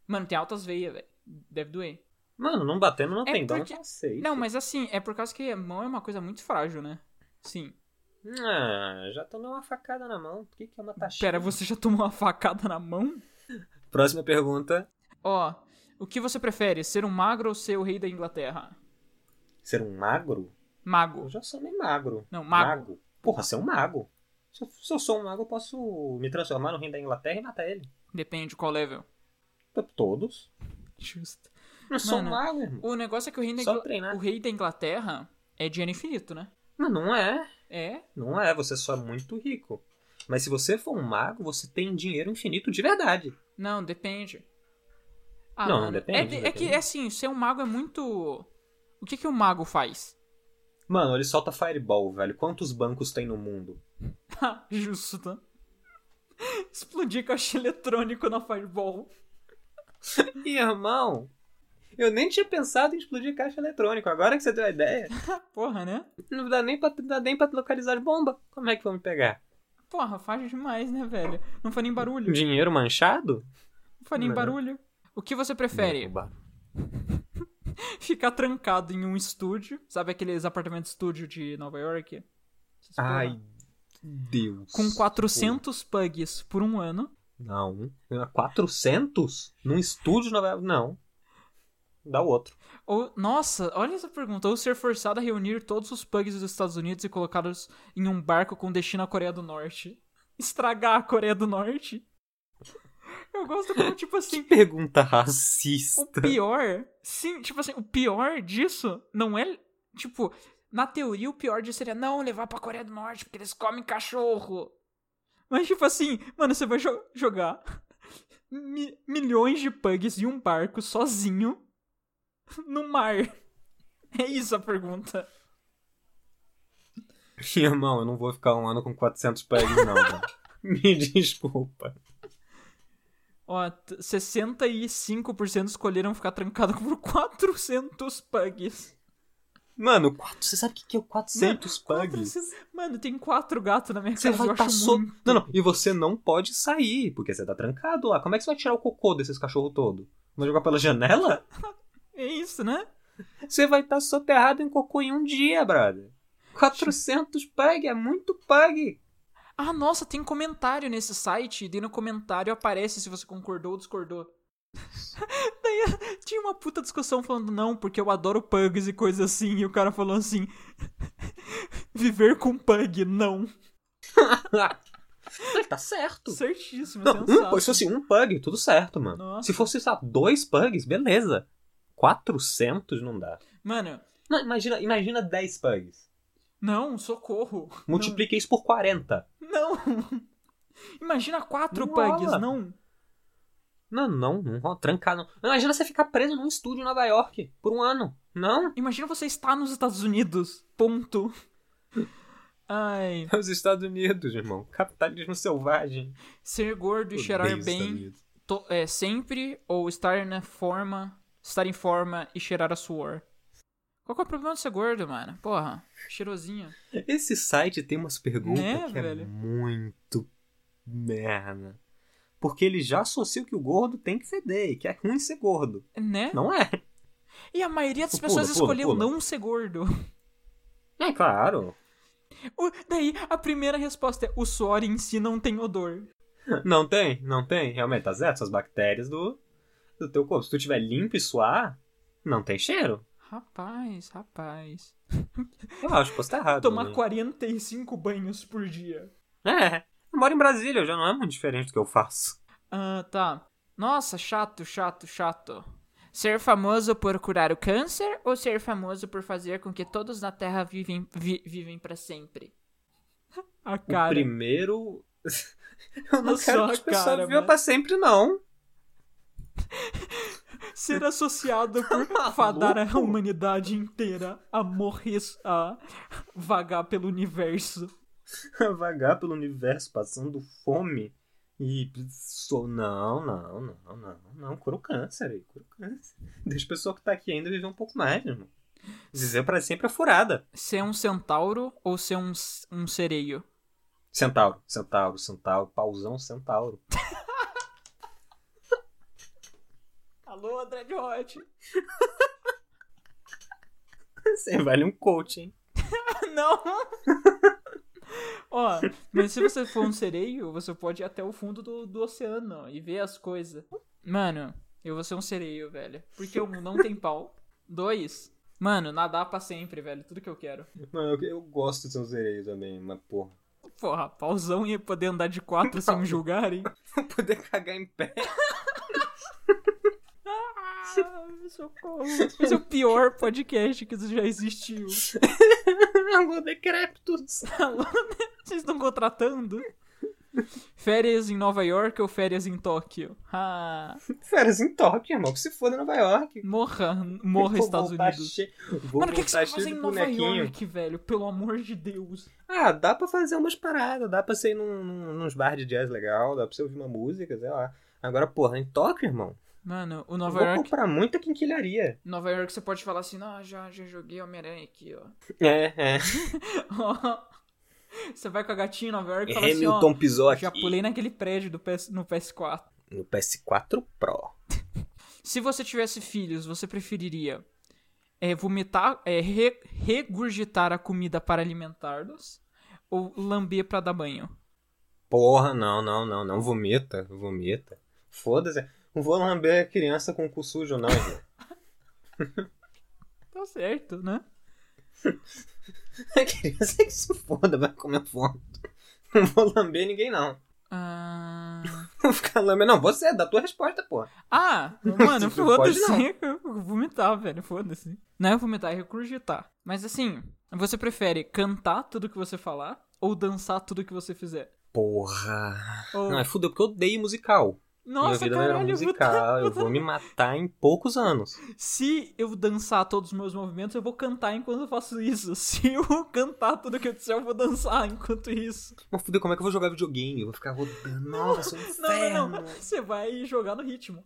Speaker 1: Mano, tem altas veias, velho. Deve doer.
Speaker 2: Mano, não batendo não
Speaker 1: É
Speaker 2: tem dó.
Speaker 1: porque-
Speaker 2: Não sei.
Speaker 1: Não, mas assim, é por causa que a mão é uma coisa muito frágil, né? Sim.
Speaker 2: Ah, já tomei uma facada na mão. O que, que é uma taxinha?
Speaker 1: Pera, você já tomou uma facada na mão?
Speaker 2: Próxima pergunta.
Speaker 1: Ó, o que você prefere, ser um magro ou ser o rei da Inglaterra?
Speaker 2: Ser um magro? Eu
Speaker 1: Mago.
Speaker 2: já sou meio magro.
Speaker 1: Não, mago.
Speaker 2: Porra, ser um mago. Se eu, se eu sou um mago, eu posso me transformar no rei da Inglaterra e matar ele.
Speaker 1: Depende qual level.
Speaker 2: Todos.
Speaker 1: Justo.
Speaker 2: Eu sou um
Speaker 1: Mano,
Speaker 2: mago, irmão.
Speaker 1: O negócio é que o rei da,
Speaker 2: Só
Speaker 1: Ingla-
Speaker 2: treinar.
Speaker 1: o rei da Inglaterra é dinheiro infinito, né?
Speaker 2: Mas não é.
Speaker 1: É?
Speaker 2: Não é, você só é muito rico. Mas se você for um mago, você tem dinheiro infinito de verdade.
Speaker 1: Não, depende. Ah,
Speaker 2: Não, não
Speaker 1: mano,
Speaker 2: depende,
Speaker 1: É, de- é que,
Speaker 2: depende.
Speaker 1: é assim, ser um mago é muito... O que que o mago faz?
Speaker 2: Mano, ele solta fireball, velho. Quantos bancos tem no mundo?
Speaker 1: Ah, Justo. né? Explodir caixa eletrônico na Fireball.
Speaker 2: Irmão, eu nem tinha pensado em explodir caixa eletrônico. Agora que você deu a ideia,
Speaker 1: Porra, né?
Speaker 2: não dá nem pra, dá nem pra localizar as bombas. Como é que vão me pegar?
Speaker 1: Porra, faz demais, né, velho? Não foi nem barulho.
Speaker 2: Dinheiro manchado?
Speaker 1: Não foi nem
Speaker 2: Não.
Speaker 1: barulho. O que você
Speaker 2: é
Speaker 1: prefere? Ficar trancado em um estúdio, sabe aqueles apartamentos estúdio de Nova York? Essas porra.
Speaker 2: Ai, Deus.
Speaker 1: Com 400 pugs por um ano.
Speaker 2: Não. 400? Num estúdio? Na... Não. Dá o outro.
Speaker 1: Ou, nossa, olha essa pergunta. Ou ser forçado a reunir todos os pugs dos Estados Unidos e colocá-los em um barco com destino à Coreia do Norte. Estragar a Coreia do Norte? Eu gosto como, tipo assim,
Speaker 2: Pergunta
Speaker 1: O
Speaker 2: racista.
Speaker 1: pior, sim, tipo assim, o pior disso não é, tipo, na teoria o pior disso seria não levar pra Coreia do Norte porque eles comem cachorro. Mas tipo assim, mano, você vai jo- jogar mi- milhões de pugs em um barco sozinho no mar. É isso a pergunta.
Speaker 2: Irmão, eu não vou ficar um ano com 400 pegs, não. velho. Me desculpa.
Speaker 1: Ó, t- 65% escolheram ficar trancado por 400 pugs.
Speaker 2: Mano, quatro- você sabe o que que é o 400 pegs?
Speaker 1: 400 Mano, tem quatro gatos na minha
Speaker 2: Você
Speaker 1: casa, eu
Speaker 2: vai
Speaker 1: acho
Speaker 2: estar so...
Speaker 1: muito.
Speaker 2: Não, não. E você não pode sair, porque você tá trancado lá. Como é que você vai tirar o cocô desses cachorro todo? Vai jogar pela janela?
Speaker 1: É isso, né?
Speaker 2: Você vai estar soterrado em cocô em um dia, brother. 400 peg, é muito peg.
Speaker 1: Ah, nossa, tem comentário nesse site, e daí no comentário aparece se você concordou ou discordou. daí tinha uma puta discussão falando, não, porque eu adoro pugs e coisa assim, e o cara falou assim. Viver com pug, não.
Speaker 2: tá certo.
Speaker 1: Certíssimo,
Speaker 2: Não, um,
Speaker 1: sensato.
Speaker 2: se fosse um pug, tudo certo, mano.
Speaker 1: Tá Nossa.
Speaker 2: Se fosse, sei lá, dois pugs, beleza. 400 não dá.
Speaker 1: Mano,
Speaker 2: Não, imagina, imagina 10 pugs.
Speaker 1: não, socorro.
Speaker 2: Multiplica isso por 40.
Speaker 1: Não. Imagina quatro
Speaker 2: Não
Speaker 1: pugs,
Speaker 2: rola.
Speaker 1: não.
Speaker 2: Não, não, não rola. Trancar, não. Não, Imagina você ficar preso num estúdio em Nova York por um ano. Não.
Speaker 1: Imagina você estar nos Estados Unidos. Ponto. Ai.
Speaker 2: Os Estados Unidos, irmão. Capitalismo selvagem.
Speaker 1: Ser gordo e cheirar bem to- é, sempre ou estar na forma. Estar em forma e cheirar a suor. Qual que é o problema de ser gordo, mano? Porra, cheirosinho.
Speaker 2: Esse site tem umas perguntas
Speaker 1: Né,
Speaker 2: que é
Speaker 1: velho?
Speaker 2: muito merda. Porque ele já associa que o gordo tem que feder, que é ruim ser gordo.
Speaker 1: Né?
Speaker 2: Não é.
Speaker 1: E a maioria das
Speaker 2: Pula,
Speaker 1: pessoas
Speaker 2: pula,
Speaker 1: escolheu
Speaker 2: pula.
Speaker 1: não ser gordo.
Speaker 2: É claro.
Speaker 1: O- daí, a primeira resposta é: o suor em si não tem odor.
Speaker 2: Não tem, não tem. Realmente, tá certo? São as bactérias do, do teu corpo. Se tu tiver limpo e suar, não tem cheiro.
Speaker 1: Rapaz, rapaz.
Speaker 2: Eu acho que posso estar errado.
Speaker 1: Tomar
Speaker 2: né?
Speaker 1: 45 banhos por dia.
Speaker 2: É, eu moro em Brasília, já não é muito diferente do que eu faço.
Speaker 1: Ah, tá. Nossa, chato, chato, chato. Ser famoso por curar o câncer ou ser famoso por fazer com que todos na Terra vivem, vi- vivem para sempre? A
Speaker 2: O
Speaker 1: cara.
Speaker 2: primeiro... Eu não
Speaker 1: Olha
Speaker 2: quero
Speaker 1: só
Speaker 2: que as
Speaker 1: a
Speaker 2: pessoas
Speaker 1: cara,
Speaker 2: vivam
Speaker 1: mano.
Speaker 2: pra sempre, não.
Speaker 1: Ser associado por
Speaker 2: Tá
Speaker 1: fadar a
Speaker 2: louco?
Speaker 1: humanidade inteira a morrer, a vagar pelo universo.
Speaker 2: Vagar pelo universo, passando fome e... sou- Não, não, não, não, não. Cura o câncer aí, cura o câncer. Deixa a pessoa que tá aqui ainda viver um pouco mais, irmão. Viver pra sempre é furada.
Speaker 1: Ser um centauro ou ser um, c- um sereio?
Speaker 2: Centauro, centauro, centauro, pausão, centauro.
Speaker 1: Alô, André de Hot.
Speaker 2: Você vale um coach, hein?
Speaker 1: Não! Ó, mas se você for um sereio, você pode ir até o fundo do, do oceano e ver as coisas. Mano, eu vou ser um sereio, velho. Porque um não tem pau. Dois, mano, nadar pra sempre, velho. Tudo que eu quero.
Speaker 2: Mano, eu, eu gosto de ser um sereio também, mas porra.
Speaker 1: Porra, pauzão ia poder andar de quatro sem me julgarem.
Speaker 2: Poder cagar em pé.
Speaker 1: Ah, socorro. Esse é o pior podcast que já existiu.
Speaker 2: Alô, decréptos.
Speaker 1: Vocês estão contratando? Férias em Nova York ou férias em Tóquio? Ah.
Speaker 2: Férias em Tóquio, irmão. Que se foda em Nova York.
Speaker 1: Morra, morra
Speaker 2: Vou
Speaker 1: Estados
Speaker 2: voltar
Speaker 1: Unidos.
Speaker 2: Che... Vou
Speaker 1: Mano, o que, que você
Speaker 2: voltar
Speaker 1: vai fazer
Speaker 2: cheio
Speaker 1: em
Speaker 2: de
Speaker 1: Nova
Speaker 2: bonequinho.
Speaker 1: York, velho? Pelo amor de Deus.
Speaker 2: Ah, dá pra fazer umas paradas. Dá pra ser num, num, nos bar de jazz legal. Dá pra você ouvir uma música, sei lá. Agora, porra, em Tóquio, irmão.
Speaker 1: Mano, o
Speaker 2: eu
Speaker 1: Nova
Speaker 2: vou
Speaker 1: York.
Speaker 2: comprar muita quinquilharia.
Speaker 1: Nova York você pode falar assim, não, já, já joguei Homem-Aranha aqui, ó.
Speaker 2: É, é.
Speaker 1: você vai com a gatinha em Nova York e fala assim, ó.
Speaker 2: Hamilton pisou aqui.
Speaker 1: Já pulei naquele prédio do PS, no PS4.
Speaker 2: No PS4 Pro.
Speaker 1: Se você tivesse filhos, você preferiria é, vomitar, é, re- regurgitar a comida para alimentá-los ou lamber pra dar banho?
Speaker 2: Porra, não, não, não, não. Vomita, vomita. Foda-se. Não vou lamber a criança com o cu sujo, não. irmão.
Speaker 1: Tá certo, né?
Speaker 2: a criança é que se foda, vai comer fome. Não vou lamber ninguém, não.
Speaker 1: Ah.
Speaker 2: Vou ficar lambendo. Não, você, dá a tua resposta, porra.
Speaker 1: Ah,
Speaker 2: Não
Speaker 1: mano,
Speaker 2: pode,
Speaker 1: foda-se. Eu vou Vomitar, velho, foda-se. Não é vomitar, é recurgitar. Mas assim, você prefere cantar tudo que você falar ou dançar tudo que você fizer?
Speaker 2: Porra.
Speaker 1: Ou...
Speaker 2: Não, é fudeu, porque eu odeio musical. Minha
Speaker 1: Nossa,
Speaker 2: vida não era
Speaker 1: caralho, eu vou
Speaker 2: musical.
Speaker 1: tá-
Speaker 2: Eu vou me matar em poucos anos.
Speaker 1: se eu dançar todos os meus movimentos, eu vou cantar enquanto eu faço isso. Se eu cantar tudo que eu disser, eu vou dançar enquanto isso.
Speaker 2: Mas fudeu, como é que eu vou jogar videogame? Eu vou ficar rodando. Nossa, é um
Speaker 1: Não, não,
Speaker 2: inferno.
Speaker 1: não. Você vai jogar no ritmo.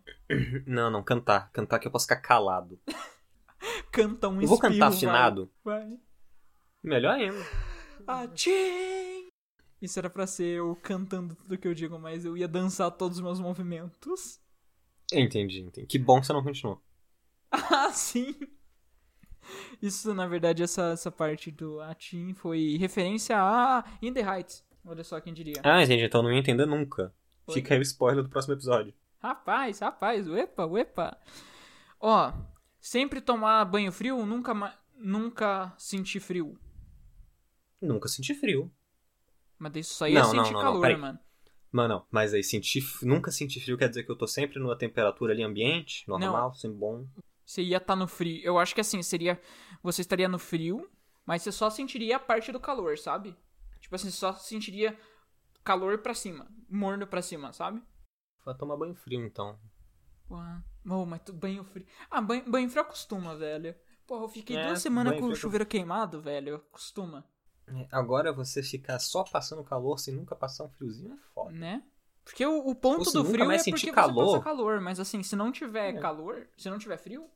Speaker 2: não, não, cantar. Cantar que eu posso ficar calado.
Speaker 1: Canta um
Speaker 2: eu vou
Speaker 1: espirro,
Speaker 2: cantar
Speaker 1: vai,
Speaker 2: afinado?
Speaker 1: Vai.
Speaker 2: Melhor ainda.
Speaker 1: Atchim! Isso era pra ser eu cantando tudo que eu digo, mas eu ia dançar todos os meus movimentos.
Speaker 2: Entendi, entendi. Que bom que você não continuou.
Speaker 1: Ah, sim! Isso, na verdade, essa, essa parte do Atim foi referência a In the Heights. Olha só quem diria.
Speaker 2: Ah, gente, então não ia entender nunca.
Speaker 1: Oi.
Speaker 2: Fica aí o spoiler do próximo episódio.
Speaker 1: Rapaz, rapaz, uepa, uepa. Ó, sempre tomar banho frio, nunca, ma- nunca sentir frio.
Speaker 2: Nunca senti frio.
Speaker 1: Mas isso aí é
Speaker 2: Não, não,
Speaker 1: sentir
Speaker 2: não, não,
Speaker 1: calor,
Speaker 2: peraí.
Speaker 1: mano.
Speaker 2: Mano, não, mas aí senti, f- nunca senti frio quer dizer que eu tô sempre numa temperatura ali ambiente, normal, sempre bom.
Speaker 1: Você ia estar no frio. Eu acho que assim, seria. Você estaria no frio, mas você só sentiria a parte do calor, sabe? Tipo assim, só sentiria calor pra cima, morno pra cima, sabe?
Speaker 2: Vai tomar banho frio então.
Speaker 1: Uau, Ô, mas tu banho frio. Ah, banho, banho frio acostuma, velho. Porra, eu fiquei
Speaker 2: É,
Speaker 1: duas semanas
Speaker 2: banho
Speaker 1: com o
Speaker 2: frio-
Speaker 1: chuveiro queimado, velho. Acostuma,
Speaker 2: É, Agora você ficar só passando calor sem nunca passar um friozinho é foda.
Speaker 1: né? Porque o, o ponto
Speaker 2: Você
Speaker 1: do
Speaker 2: nunca
Speaker 1: frio
Speaker 2: vai
Speaker 1: é
Speaker 2: sentir
Speaker 1: porque
Speaker 2: calor.
Speaker 1: você passa calor, mas assim, se não tiver
Speaker 2: É.
Speaker 1: calor, se não tiver frio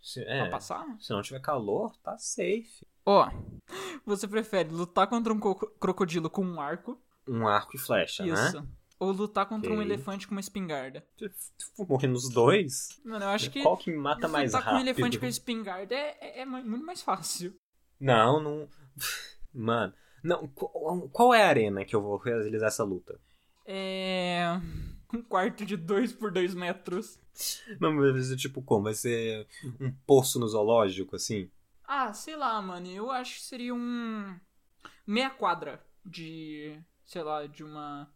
Speaker 2: Se,
Speaker 1: pra
Speaker 2: é,
Speaker 1: passar,
Speaker 2: se não tiver calor, tá safe.
Speaker 1: Ó, você prefere lutar contra um co- crocodilo com um arco?
Speaker 2: Um arco e flecha,
Speaker 1: Isso.
Speaker 2: né?
Speaker 1: Ou lutar contra um
Speaker 2: Ok.
Speaker 1: elefante com uma espingarda?
Speaker 2: Se for morrer nos tipo, dois,
Speaker 1: Mano, eu acho que
Speaker 2: qual que mata
Speaker 1: lutar
Speaker 2: mais
Speaker 1: com um
Speaker 2: rápido?
Speaker 1: elefante com espingarda é, é- é mu- muito mais fácil.
Speaker 2: Não, não. Mano, não. Qual, qual é a arena que eu vou realizar essa luta?
Speaker 1: É. Um quarto de 2 por 2 metros.
Speaker 2: Não, mas vai ser tipo como? Vai ser um poço no zoológico, assim?
Speaker 1: Ah, sei lá, mano. Eu acho que seria um. Meia quadra de. Sei lá, de uma.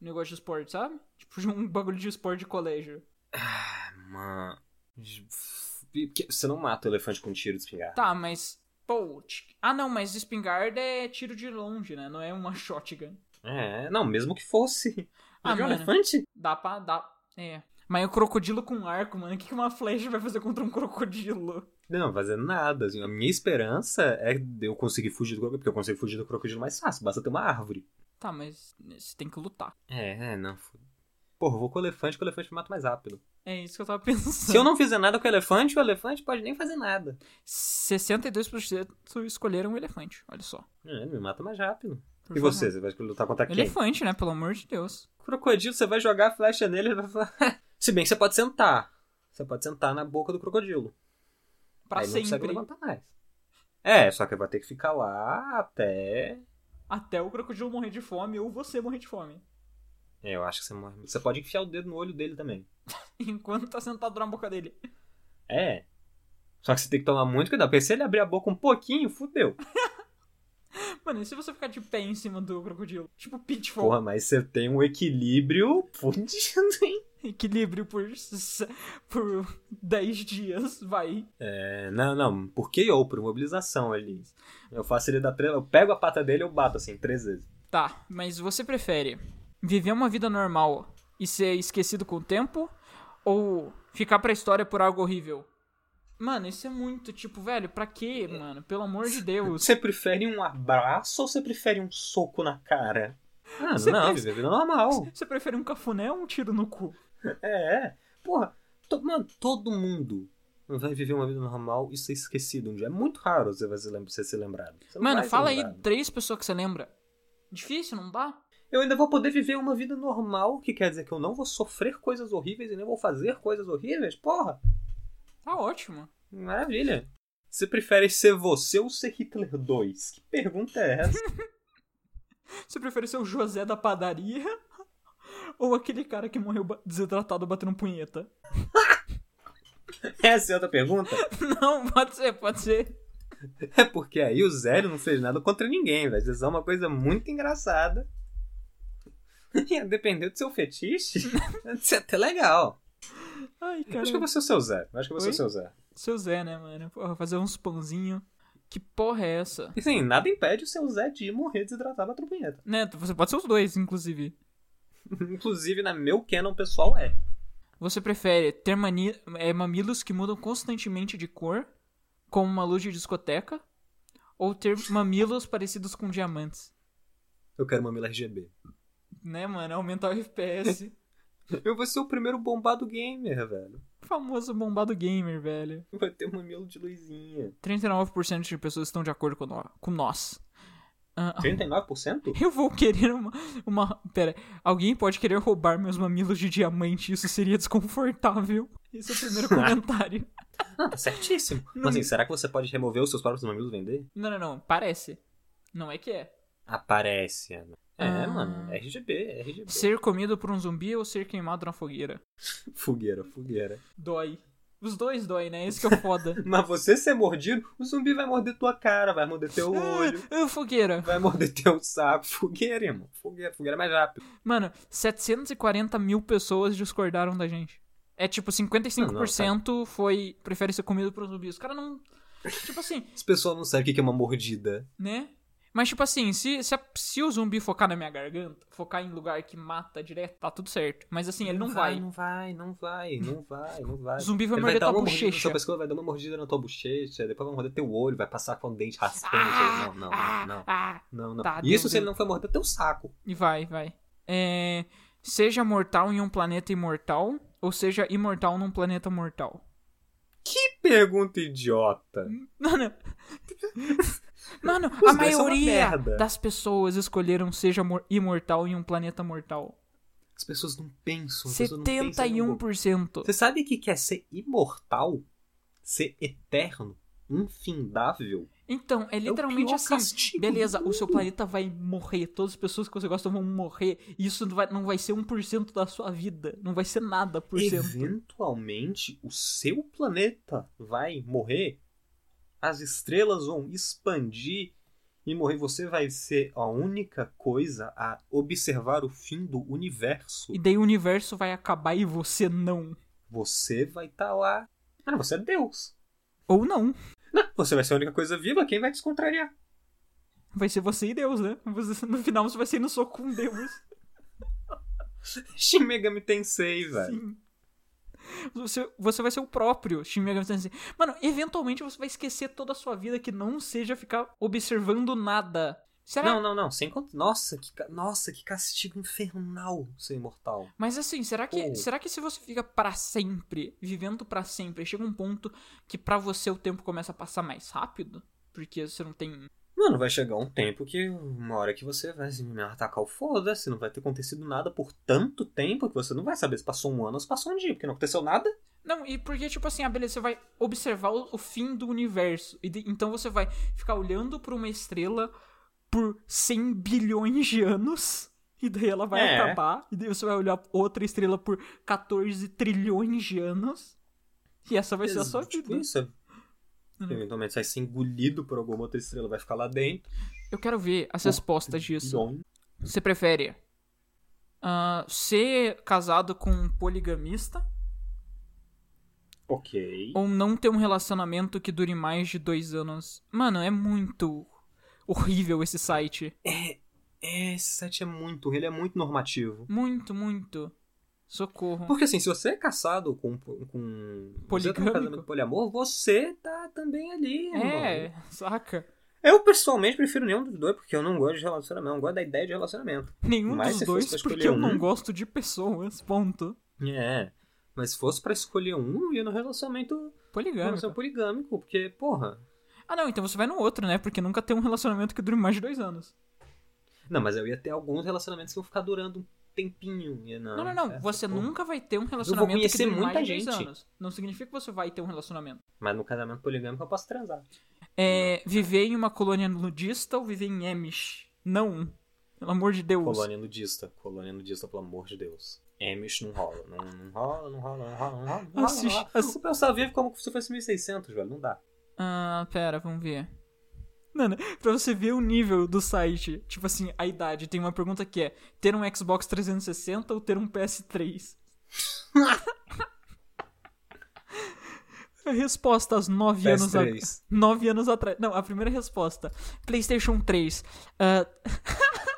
Speaker 1: Negócio de esporte, sabe? Tipo, de um bagulho de esporte de colégio.
Speaker 2: Ah, mano. Porque Você não mata o elefante com um tiro de espingarda.
Speaker 1: Tá, mas. Pô, ti- ah não, mas espingarda é tiro de longe, né? Não é uma shotgun.
Speaker 2: É, não, mesmo que fosse.
Speaker 1: Ah,
Speaker 2: Mas é um
Speaker 1: mano.
Speaker 2: elefante?
Speaker 1: Dá pra. Dá... É. Mas o crocodilo com um arco, mano, o que que uma flecha vai fazer contra um crocodilo?
Speaker 2: Não, fazer nada. assim. a minha esperança é de eu conseguir fugir do crocodilo, porque eu consigo fugir do crocodilo mais fácil, basta ter uma árvore.
Speaker 1: Tá, mas você tem que lutar.
Speaker 2: É, é, não. foda. Porra, eu vou com o elefante, que o elefante me mata mais rápido.
Speaker 1: É isso que eu tava
Speaker 2: Se eu
Speaker 1: pensando.
Speaker 2: não fizer nada com o elefante, o elefante pode nem fazer nada.
Speaker 1: 62% escolheram o elefante, olha só.
Speaker 2: É, ele me mata mais rápido.
Speaker 1: Por
Speaker 2: E
Speaker 1: favor.
Speaker 2: você, você vai lutar contra quem?
Speaker 1: Elefante, né? Pelo amor de Deus.
Speaker 2: Crocodilo, você vai jogar a flecha nele ele vai falar. Se bem que você pode sentar. Você pode sentar na boca do crocodilo.
Speaker 1: Pra
Speaker 2: Aí ele não consegue
Speaker 1: sempre.
Speaker 2: levantar mais. É, só que vai ter que ficar lá até.
Speaker 1: Até o crocodilo morrer de fome ou você morrer de fome.
Speaker 2: É, eu acho que você morre. Você pode enfiar o dedo no olho dele também.
Speaker 1: Enquanto tá sentado na boca dele.
Speaker 2: É. Só que você tem que tomar muito cuidado, porque se ele abrir a boca um pouquinho, fudeu.
Speaker 1: Mano, e se você ficar de pé em cima do crocodilo? Tipo pitfall.
Speaker 2: Porra, mas você tem um equilíbrio fudido, hein?
Speaker 1: equilíbrio por, s- por 10 dias, vai.
Speaker 2: É, não, não, por que ou por mobilização ali. Eu faço ele dar três, eu pego a pata dele e eu bato assim, três vezes.
Speaker 1: Tá, mas você prefere viver uma vida normal e ser esquecido com o tempo? Ou ficar pra história por algo horrível? Mano, isso é muito tipo, velho, pra quê, mano? Pelo amor de Deus.
Speaker 2: Você prefere um abraço ou você prefere um soco na cara? Ah,
Speaker 1: Você
Speaker 2: não,
Speaker 1: prefere-
Speaker 2: viver a vida normal.
Speaker 1: Você prefere um cafuné ou um tiro no cu?
Speaker 2: É, é. Porra, to- mano, todo mundo vai viver uma vida normal e ser esquecido um dia. É muito raro você, vai se lem- você ser lembrado. Você não
Speaker 1: Mano,
Speaker 2: Então vai ser
Speaker 1: fala aí
Speaker 2: lembrado.
Speaker 1: três pessoas que você lembra. Difícil, não dá?
Speaker 2: Eu ainda vou poder viver uma vida normal, que quer dizer que eu não vou sofrer coisas horríveis e nem vou fazer coisas horríveis? Porra,
Speaker 1: Tá ótimo.
Speaker 2: maravilha. Você prefere ser você ou ser Hitler 2? Que pergunta é essa?
Speaker 1: Você prefere ser o José da padaria? Ou aquele cara que morreu ba- desidratado batendo punheta?
Speaker 2: essa é outra pergunta?
Speaker 1: Não, pode ser, pode ser.
Speaker 2: É porque aí o Zélio não fez nada contra ninguém, velho. Isso é uma coisa muito engraçada. Ia depender do seu fetiche. Isso é até legal.
Speaker 1: Ai, cara.
Speaker 2: Acho que eu vou ser o seu Zé. Acho que eu vou ser
Speaker 1: Oi?
Speaker 2: o seu Zé.
Speaker 1: Seu Zé, né, mano? Porra, fazer uns pãozinho. Que porra é essa?
Speaker 2: E assim, nada impede o seu Zé de morrer desidratado na trombineta.
Speaker 1: Né, você pode ser os dois, inclusive.
Speaker 2: Inclusive, na meu canon pessoal é.
Speaker 1: Você prefere ter mani- é, mamilos que mudam constantemente de cor, como uma luz de discoteca, ou ter mamilos parecidos com diamantes?
Speaker 2: Eu quero mamilo RGB.
Speaker 1: Né, mano? Aumentar o FPS.
Speaker 2: Eu vou ser o primeiro bombado gamer, velho.
Speaker 1: Famoso bombado gamer, velho.
Speaker 2: Vai ter um mamilo de luzinha.
Speaker 1: 39% de pessoas estão de acordo com, nó- com nós. Ah,
Speaker 2: 39%?
Speaker 1: eu vou querer uma, uma. Pera, alguém pode querer roubar meus mamilos de diamante, isso seria desconfortável. Esse é o primeiro comentário.
Speaker 2: Ah, tá certíssimo. Mas assim, será que você pode remover os seus próprios mamilos e vender?
Speaker 1: Não, não, não, parece. Não é que é.
Speaker 2: Aparece, Ana. É,
Speaker 1: Ah.
Speaker 2: mano. RGB, RGB.
Speaker 1: Ser comido por um zumbi ou ser queimado na fogueira?
Speaker 2: Fogueira, fogueira.
Speaker 1: Dói. Os dois doem, né? Isso que é o foda.
Speaker 2: Mas você ser mordido, o zumbi vai morder tua cara, vai morder teu olho,
Speaker 1: Ah, fogueira.
Speaker 2: vai morder teu saco. Fogueira, irmão. Fogueira, fogueira é mais rápido.
Speaker 1: Mano, 740 mil pessoas discordaram da gente. É tipo, 55% foi. Prefere ser comido por um zumbi. Os caras não. Tipo assim,
Speaker 2: As pessoas não sabem o que é uma mordida.
Speaker 1: né? Mas, tipo assim, se, se, a- se o zumbi focar na minha garganta, focar em lugar que mata direto, tá tudo certo. Mas assim, ele não, vai.
Speaker 2: Não vai, não vai, não vai, não vai. tá
Speaker 1: O zumbi vai
Speaker 2: Ele
Speaker 1: morder
Speaker 2: dar
Speaker 1: tua
Speaker 2: uma mordida na
Speaker 1: bochecha.
Speaker 2: sua pescoça, vai dar uma mordida na tua bochecha, depois vai morder teu olho, vai passar com o dente raspando. não, não,
Speaker 1: ah,
Speaker 2: não, não,
Speaker 1: ah.
Speaker 2: não, não.
Speaker 1: Tá,
Speaker 2: E Isso
Speaker 1: Deus,
Speaker 2: se ele
Speaker 1: Deus.
Speaker 2: não for morder teu saco.
Speaker 1: E vai, vai. É, seja mortal em um planeta imortal, ou seja imortal num planeta mortal.
Speaker 2: Que pergunta idiota.
Speaker 1: Hum. Mano, mano a
Speaker 2: dois são uma
Speaker 1: maioria
Speaker 2: merda.
Speaker 1: das pessoas escolheram seja mor- imortal em um planeta mortal.
Speaker 2: As pessoas não pensam. as pessoas não pensam em um alguma
Speaker 1: 71%.
Speaker 2: Você sabe o que que é ser imortal? Ser eterno? Infindável?
Speaker 1: Então, é
Speaker 2: É o
Speaker 1: literalmente
Speaker 2: pior
Speaker 1: assim.
Speaker 2: castigo
Speaker 1: Beleza,
Speaker 2: do
Speaker 1: o seu
Speaker 2: mundo.
Speaker 1: planeta vai morrer, todas as pessoas que você gosta vão morrer, e isso não vai, não vai ser 1% da sua vida, não vai ser nada por cento.
Speaker 2: Eventualmente, o seu planeta vai morrer. As estrelas vão expandir e morrer. Você vai ser a única coisa a observar o fim do universo.
Speaker 1: E daí o universo vai acabar e você não.
Speaker 2: Você vai estar lá. Ah, você é Deus.
Speaker 1: Ou não.
Speaker 2: Não, você vai ser a única coisa viva. Quem vai te contrariar?
Speaker 1: Vai ser você e Deus, né? Você- no final você vai ser no soco com Deus.
Speaker 2: Shin Megami Tensei, velho.
Speaker 1: Sim. Você, você vai ser o próprio Shin Megami Tensei. Mano, eventualmente você vai esquecer toda a sua vida que não seja ficar observando nada. Será?
Speaker 2: Não, não, não. Sem cont... Nossa, que ca- nossa, que castigo infernal ser imortal.
Speaker 1: Mas assim, será que,
Speaker 2: Oh.
Speaker 1: será que se você fica pra sempre, vivendo pra sempre, chega um ponto que pra você o tempo começa a passar mais rápido? Porque você não tem.
Speaker 2: Mano, vai chegar um tempo que uma hora que você vai se atacar o foda-se, não vai ter acontecido nada por tanto tempo que você não vai saber se passou um ano ou se passou um dia, porque não aconteceu nada.
Speaker 1: Não, e porque, tipo assim, ah, beleza, você vai observar o, o fim do universo. E de- então você vai ficar olhando pra uma estrela por 100 bilhões de anos. E daí ela vai
Speaker 2: É.
Speaker 1: acabar. E daí você vai olhar outra estrela por 14 trilhões de anos. E essa vai ser a sua
Speaker 2: Tipo
Speaker 1: vida.
Speaker 2: isso, é-
Speaker 1: Hum.
Speaker 2: Eventualmente vai ser engolido por alguma outra estrela, vai ficar lá dentro.
Speaker 1: Eu quero ver as respostas disso.
Speaker 2: Bom,
Speaker 1: Você prefere ah, ser casado com um poligamista
Speaker 2: ok.
Speaker 1: ou não ter um relacionamento que dure mais de dois anos? Mano, é muito horrível esse site.
Speaker 2: É, esse site é muito, ele é muito normativo.
Speaker 1: Muito, muito. Socorro.
Speaker 2: Porque assim, se você é casado com, com você tem um
Speaker 1: Poligâmico.
Speaker 2: casamento poliamor, você tá também ali, irmão.
Speaker 1: É, saca?
Speaker 2: Eu pessoalmente prefiro nenhum dos dois, porque eu não gosto de relacionamento, eu não gosto da ideia de relacionamento.
Speaker 1: Nenhum
Speaker 2: Mas
Speaker 1: dos
Speaker 2: se fosse pra
Speaker 1: dois, porque
Speaker 2: escolher
Speaker 1: eu não
Speaker 2: um-
Speaker 1: gosto de pessoas, ponto.
Speaker 2: É. Mas se fosse pra escolher um, eu ia no relacionamento relação
Speaker 1: Poligâmico.
Speaker 2: poligâmico, porque, porra.
Speaker 1: Ah, não, então você vai no outro, né? Porque nunca tem um relacionamento que dure mais de dois anos.
Speaker 2: Não, mas eu ia ter alguns relacionamentos que iam ficar durando um tempinho. E não,
Speaker 1: Não, não, não.
Speaker 2: essa
Speaker 1: você
Speaker 2: porra.
Speaker 1: nunca vai ter um relacionamento que
Speaker 2: conhecer
Speaker 1: dure
Speaker 2: muita
Speaker 1: mais de dois
Speaker 2: gente.
Speaker 1: anos. Não significa que você vai ter um relacionamento.
Speaker 2: Mas no casamento poligâmico eu posso transar.
Speaker 1: É, viver em uma colônia nudista ou viver em Amish? Não. um. Pelo amor de Deus.
Speaker 2: Colônia nudista. Colônia nudista, pelo amor de Deus. Amish não rola. Não, não rola, não rola, não rola, não rola. Não rola, não
Speaker 1: Assiste-
Speaker 2: rola.
Speaker 1: ass-
Speaker 2: O pessoal vive como se fosse 1600, velho. Não dá.
Speaker 1: Ah, pera, vamos ver. Mano, pra você ver o nível do site, tipo assim, a idade, tem uma pergunta que é: ter um Xbox 360 ou ter um PS3? resposta aos 9 anos atrás.
Speaker 2: PS3.
Speaker 1: 9 anos atrás. Não, a primeira resposta: PlayStation 3. Ah,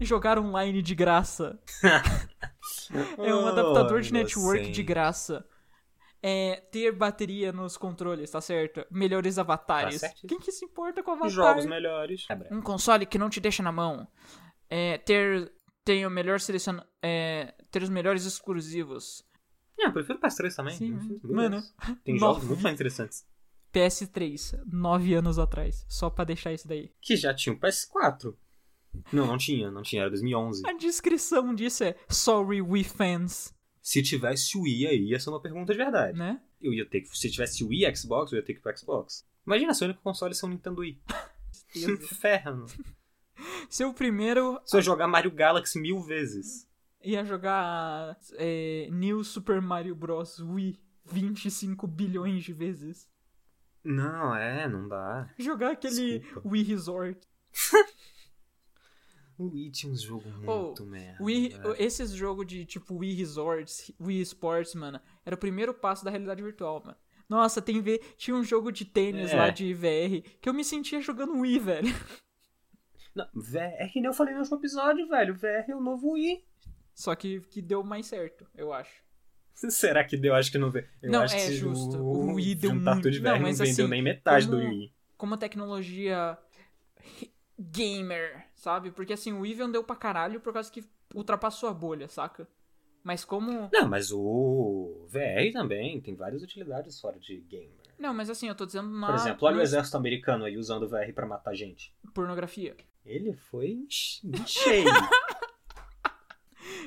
Speaker 1: Jogar online de graça. É um
Speaker 2: Oh,
Speaker 1: adaptador de network de
Speaker 2: inocente.
Speaker 1: graça. É ter bateria nos controles, tá certo? Melhores avatares.
Speaker 2: Tá certo.
Speaker 1: Quem que se importa com avatar?
Speaker 2: Jogos melhores. É,
Speaker 1: Um console que não te deixa na mão. É ter tem o melhor selecion... é, ter os melhores exclusivos.
Speaker 2: Ah, eu prefiro PS3 também.
Speaker 1: Sim,
Speaker 2: Meu
Speaker 1: mano.
Speaker 2: Deus. Tem jogos
Speaker 1: Nove.
Speaker 2: muito mais interessantes.
Speaker 1: PS3, 9 anos atrás, só pra deixar isso daí.
Speaker 2: que já tinha o PS4. Não, não tinha, não tinha, era 2011.
Speaker 1: A descrição disso é Sorry We Fans,
Speaker 2: Se tivesse o Wii aí, ia ser uma pergunta de verdade.
Speaker 1: né?
Speaker 2: Eu ia ter que, se tivesse o Wii e Xbox, eu ia ter que ir pro Xbox. Imagina, seu único console ser um Nintendo Wii. um Inferno.
Speaker 1: Seu primeiro
Speaker 2: Se eu jogar Mario Galaxy mil vezes.
Speaker 1: ia jogar é, New Super Mario Bros. Wii 25 bilhões de vezes.
Speaker 2: Não, é, não dá.
Speaker 1: Jogar aquele
Speaker 2: Desculpa.
Speaker 1: Wii Resort.
Speaker 2: O Wii tinha uns jogos muito merda.
Speaker 1: Wii,
Speaker 2: velho.
Speaker 1: esses jogos de tipo Wii Resorts, Wii Sports, mano, era o primeiro passo da realidade virtual, mano. Nossa, tem ver, tinha um jogo de tênis
Speaker 2: É.
Speaker 1: lá de VR que eu me sentia jogando Wii, velho.
Speaker 2: Não, V- é que nem eu falei no último episódio, velho. VR é o novo Wii.
Speaker 1: Só que, que deu mais certo, eu acho.
Speaker 2: Será que deu? Acho que não veio. Eu
Speaker 1: Não,
Speaker 2: acho
Speaker 1: é
Speaker 2: que
Speaker 1: justo. O Wii deu
Speaker 2: juntar
Speaker 1: muito-
Speaker 2: tudo de
Speaker 1: não,
Speaker 2: VR não,
Speaker 1: mas
Speaker 2: vendeu
Speaker 1: assim,
Speaker 2: nem metade do
Speaker 1: como-
Speaker 2: Wii.
Speaker 1: Como tecnologia gamer, sabe? Porque assim, o Wii vendeu pra caralho por causa que ultrapassou a bolha, saca? Mas como.
Speaker 2: Não, mas o VR também tem várias utilidades fora de gamer.
Speaker 1: Não, mas assim, eu tô dizendo uma
Speaker 2: Por exemplo, olha o exército americano aí usando o VR pra matar gente.
Speaker 1: pornografia.
Speaker 2: Ele foi em che- em cheio.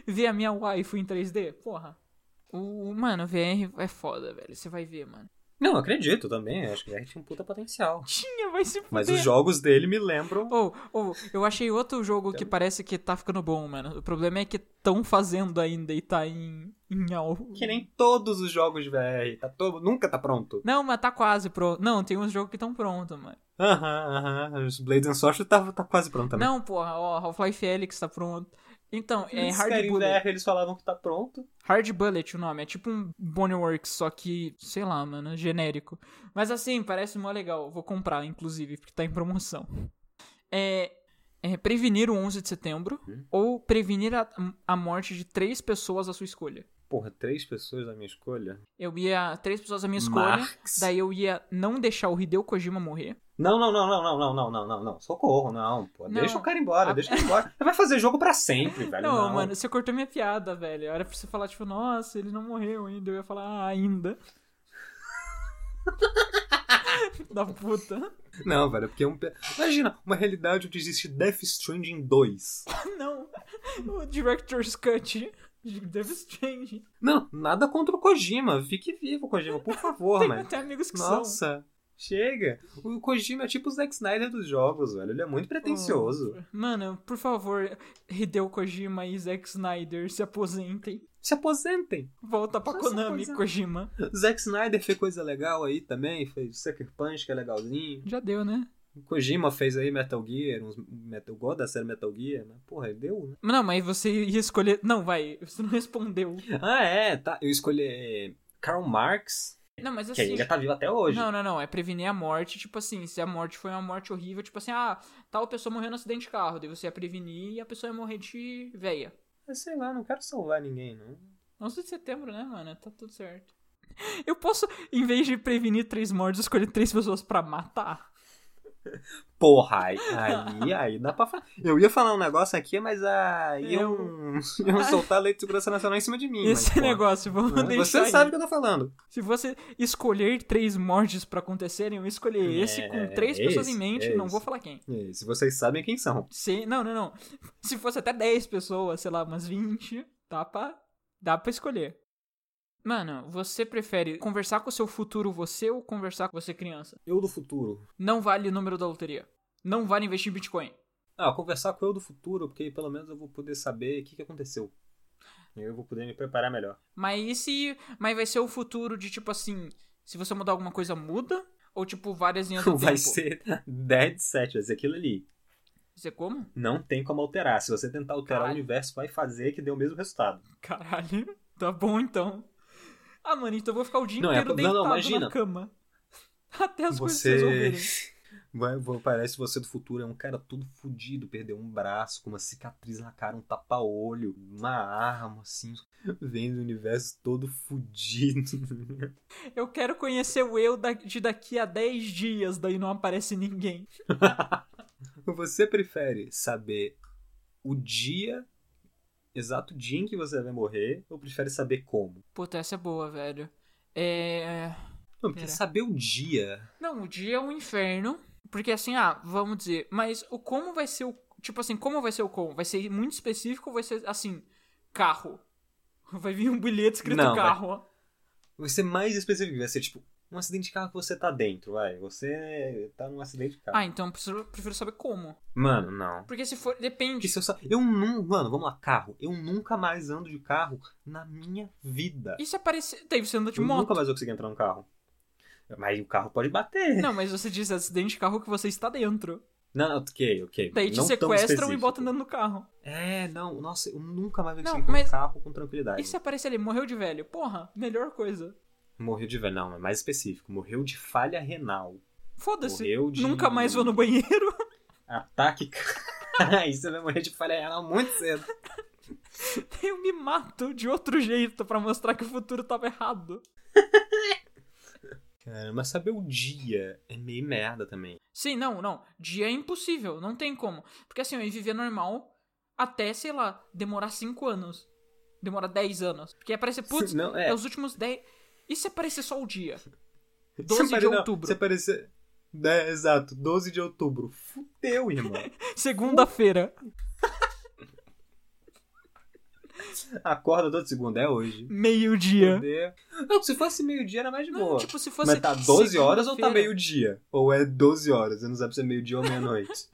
Speaker 1: Ver a minha waifu em 3D? Porra. O, o- mano, VR é foda, velho. Você vai ver, mano.
Speaker 2: não, eu acredito também. eu Acho que o VR tinha um puta potencial.
Speaker 1: Tinha, vai se fuder.
Speaker 2: Mas os jogos dele me lembram.
Speaker 1: Ou, ou, eu achei outro jogo
Speaker 2: Então.
Speaker 1: que parece que tá ficando bom, mano. O problema é que tão fazendo ainda e tá em, em algo.
Speaker 2: Que nem todos os jogos de VR. Tá todo, nunca tá pronto.
Speaker 1: Não, mas tá quase pronto. Não, tem uns jogos que estão prontos, mano.
Speaker 2: Aham, aham. Os Blades and Sorcery tá, tá quase pronto também.
Speaker 1: Não, porra, ó, Half-Life Felix tá pronto. Então, é
Speaker 2: Eles
Speaker 1: Hard
Speaker 2: querem né?
Speaker 1: Bullet.
Speaker 2: VR, eles falavam que tá pronto.
Speaker 1: Hard Bullet o nome. É tipo um Boneworks, só que, sei lá, mano, genérico. Mas assim, parece mó legal. Vou comprar, inclusive, porque tá em promoção. É. é, prevenir o 11 de setembro
Speaker 2: Uhum.
Speaker 1: ou prevenir a, a morte de três pessoas à sua escolha.
Speaker 2: Porra, três pessoas da minha escolha.
Speaker 1: Eu ia. Três pessoas à minha escolha.
Speaker 2: Marx.
Speaker 1: Daí eu ia não deixar o Hideo Kojima morrer.
Speaker 2: Não, não, não, não, não, não, não, não, não, não. Socorro, não, pô.
Speaker 1: Não.
Speaker 2: Deixa o cara embora,
Speaker 1: A-
Speaker 2: deixa ele embora. Ele vai fazer jogo pra sempre, velho.
Speaker 1: Não,
Speaker 2: Não,
Speaker 1: mano, você cortou minha piada, velho. Era pra você falar, tipo, nossa, ele não morreu ainda. Eu ia falar, ah, ainda. da puta.
Speaker 2: Não, velho, porque é um. pe- Imagina, uma realidade onde existe Death Stranding 2.
Speaker 1: Não. O Director's Cut de Death Strange.
Speaker 2: Não, nada contra o Kojima. Fique vivo, Kojima, por favor,
Speaker 1: Tem
Speaker 2: mano.
Speaker 1: até amigos que são.
Speaker 2: Nossa, chega. O Kojima é tipo o Zack Snyder dos jogos, velho. Ele é muito pretencioso.
Speaker 1: Hum. Mano, por favor, Hideo Kojima e Zack Snyder se aposentem.
Speaker 2: Se aposentem.
Speaker 1: Volta pra
Speaker 2: Só se
Speaker 1: Konami,
Speaker 2: aposentem.
Speaker 1: Kojima.
Speaker 2: Zack Snyder fez coisa legal aí também, fez Sucker Punch, que é legalzinho.
Speaker 1: Já deu, né?
Speaker 2: Kojima fez aí Metal Gear, uns Metal God da série Metal Gear, mas porra, deu, né?
Speaker 1: Não, mas você ia escolher. Não, vai, você não respondeu.
Speaker 2: Ah, é, tá. Eu escolhi Karl Marx,
Speaker 1: Não, mas
Speaker 2: que
Speaker 1: assim.
Speaker 2: ainda tá vivo até hoje.
Speaker 1: Não, não, não. É prevenir a morte. Tipo assim, se a morte foi uma morte horrível, tipo assim, ah, tal pessoa morreu no acidente de carro. Daí você ia prevenir e a pessoa ia morrer de veia.
Speaker 2: Eu Sei lá, não quero salvar ninguém, não.
Speaker 1: 11 de setembro, né, mano? Tá tudo certo. Eu posso, em vez de prevenir três mortes, escolher três pessoas pra matar?
Speaker 2: Porra, aí, aí, aí dá pra falar. Eu ia falar um negócio aqui, mas aí
Speaker 1: Eu-
Speaker 2: eu, eu soltar a lei de segurança nacional em cima de mim.
Speaker 1: Esse é
Speaker 2: mas, porra,
Speaker 1: negócio, vamos
Speaker 2: né?
Speaker 1: deixar
Speaker 2: Você
Speaker 1: aí.
Speaker 2: sabe o que eu tô falando.
Speaker 1: Se você escolher três mortes pra acontecerem, eu escolher
Speaker 2: É,
Speaker 1: esse com três
Speaker 2: é
Speaker 1: pessoas em
Speaker 2: esse,
Speaker 1: mente,
Speaker 2: é
Speaker 1: não
Speaker 2: esse.
Speaker 1: vou falar quem.
Speaker 2: E aí, se vocês sabem quem são.
Speaker 1: Se, não, não, não. Se fosse até 10 pessoas, sei lá, umas 20, dá pra, dá pra escolher. Mano, você prefere conversar com o seu futuro você ou conversar com você criança?
Speaker 2: Eu do futuro.
Speaker 1: Não vale o número da loteria. Não vale investir em Bitcoin.
Speaker 2: Ah, conversar com eu do futuro, porque aí pelo menos eu vou poder saber o que, que aconteceu. E Eu vou poder me preparar melhor.
Speaker 1: Mas e se. Mas vai ser o futuro de tipo assim. Se você mudar alguma coisa, muda? Ou tipo, várias linhas do
Speaker 2: Vai
Speaker 1: tempo?
Speaker 2: ser 10 de 7, vai ser aquilo ali.
Speaker 1: Você como?
Speaker 2: Não tem como alterar. Se você tentar alterar
Speaker 1: Caralho.
Speaker 2: o universo, vai fazer que dê o mesmo resultado.
Speaker 1: Caralho. Tá bom então. Ah, mano, então eu vou ficar o dia
Speaker 2: Não, é
Speaker 1: inteiro
Speaker 2: pro- não,
Speaker 1: deitado
Speaker 2: não,
Speaker 1: na
Speaker 2: imagina.
Speaker 1: cama. Até as coisas se
Speaker 2: Você.
Speaker 1: resolverem.
Speaker 2: Vai, vai- parece você do futuro, é um cara todo fudido, perdeu um braço, com uma cicatriz na cara, um tapa-olho, uma arma, assim, vem do universo todo fudido.
Speaker 1: Eu quero conhecer o eu da- de daqui a 10 dias, daí não aparece ninguém.
Speaker 2: Você prefere saber o dia, exato dia em que você vai morrer, ou prefere saber como?
Speaker 1: Puta, essa é boa, velho. É.
Speaker 2: Não, porque
Speaker 1: Pera.
Speaker 2: saber o dia.
Speaker 1: Não, o dia é um inferno. Porque assim, ah, vamos dizer, mas o como vai ser o. Tipo assim, como vai ser o como? Vai ser muito específico ou vai ser assim, carro? Vai vir um bilhete escrito
Speaker 2: Não, vai-
Speaker 1: carro. ó.
Speaker 2: Vai ser mais específico, vai ser tipo, Um acidente de carro que você tá dentro, vai. Você tá num acidente de carro.
Speaker 1: Ah, então eu preciso- prefiro saber como.
Speaker 2: Mano, não.
Speaker 1: Porque se for. Depende.
Speaker 2: Porque se eu, sa- eu não. Mano, vamos lá, carro. Eu nunca mais ando de carro na minha vida.
Speaker 1: E se aparecer. Daí você anda de
Speaker 2: é- eu nunca
Speaker 1: moto.
Speaker 2: mais vou conseguir entrar no carro. Mas o carro pode bater.
Speaker 1: Não, mas você diz acidente de carro que você está dentro.
Speaker 2: Não, ok, ok.
Speaker 1: Daí te
Speaker 2: não tão
Speaker 1: sequestram e
Speaker 2: específico.
Speaker 1: botam andando no carro.
Speaker 2: É, não, nossa, eu nunca mais vou
Speaker 1: Não,
Speaker 2: conseguir entrar
Speaker 1: mas- é
Speaker 2: no carro com tranquilidade.
Speaker 1: E se aparecer ali, morreu de velho? Porra, melhor coisa.
Speaker 2: Morreu de. Não, é mais específico. Morreu de falha renal.
Speaker 1: Foda-se.
Speaker 2: Morreu de.
Speaker 1: Nunca mais vou no banheiro.
Speaker 2: Ataque. Aí você vai morrer de falha renal muito cedo.
Speaker 1: Eu me mato de outro jeito pra mostrar que o futuro tava errado.
Speaker 2: Cara, mas saber o dia é meio merda também.
Speaker 1: Sim, não, não. Dia é impossível, não tem como. Porque assim, eu ia viver normal até, sei lá, demorar 5 anos. Demorar 10 anos. Porque aparecer, putz,
Speaker 2: não,
Speaker 1: é.
Speaker 2: é.
Speaker 1: os últimos 10. E se aparecer só o dia?
Speaker 2: Se
Speaker 1: 12 de
Speaker 2: apare- não,
Speaker 1: outubro.
Speaker 2: Se aparecer. É, exato, 12 de outubro. Fudeu, irmão.
Speaker 1: Segunda-feira.
Speaker 2: Acorda toda segunda, é hoje.
Speaker 1: Meio-dia.
Speaker 2: Fudeu. Não, se fosse meio-dia era mais de
Speaker 1: Não,
Speaker 2: boa.
Speaker 1: tipo, se fosse.
Speaker 2: Mas tá 12 horas ou tá
Speaker 1: segunda-feira-
Speaker 2: meio-dia? Ou é 12 horas? Eu não sabe se é meio-dia ou meia-noite.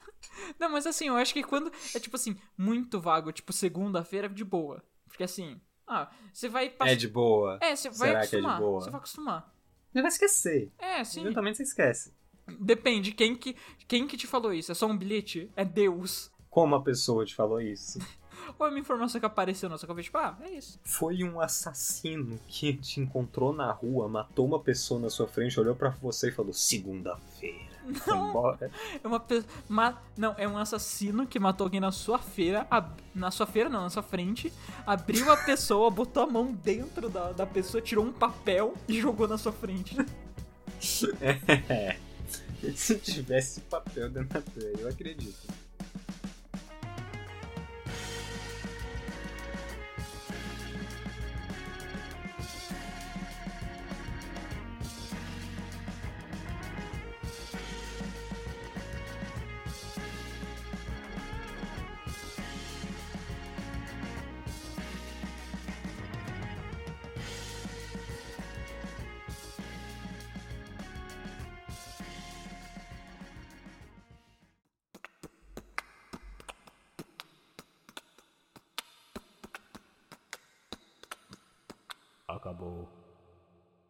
Speaker 1: Não, mas assim, eu acho que quando. É tipo assim, muito vago, tipo segunda-feira, de boa. Porque assim. Ah, você vai passar.
Speaker 2: é de boa.
Speaker 1: É, você vai
Speaker 2: Será que é de
Speaker 1: acostumar.
Speaker 2: boa?
Speaker 1: Você vai acostumar.
Speaker 2: Você vai esquecer.
Speaker 1: É, sim.
Speaker 2: Eventualmente você esquece.
Speaker 1: Depende, quem que, quem que te falou isso? É só um bilhete? É Deus.
Speaker 2: Como a pessoa te falou isso?
Speaker 1: Ou é uma informação que apareceu na sua cabeça? Tipo, ah, é isso.
Speaker 2: Foi um assassino que te encontrou na rua, matou uma pessoa na sua frente, olhou pra você e falou: segunda-feira. Foi embora.
Speaker 1: É uma pessoa. Ma... Não, é um assassino que matou alguém na sua feira. ab- Na sua feira, não, na sua frente. Abriu a pessoa, botou a mão dentro da, da pessoa, tirou um papel e jogou na sua frente.
Speaker 2: Se tivesse papel dentro da feira, eu acredito.
Speaker 3: acabou.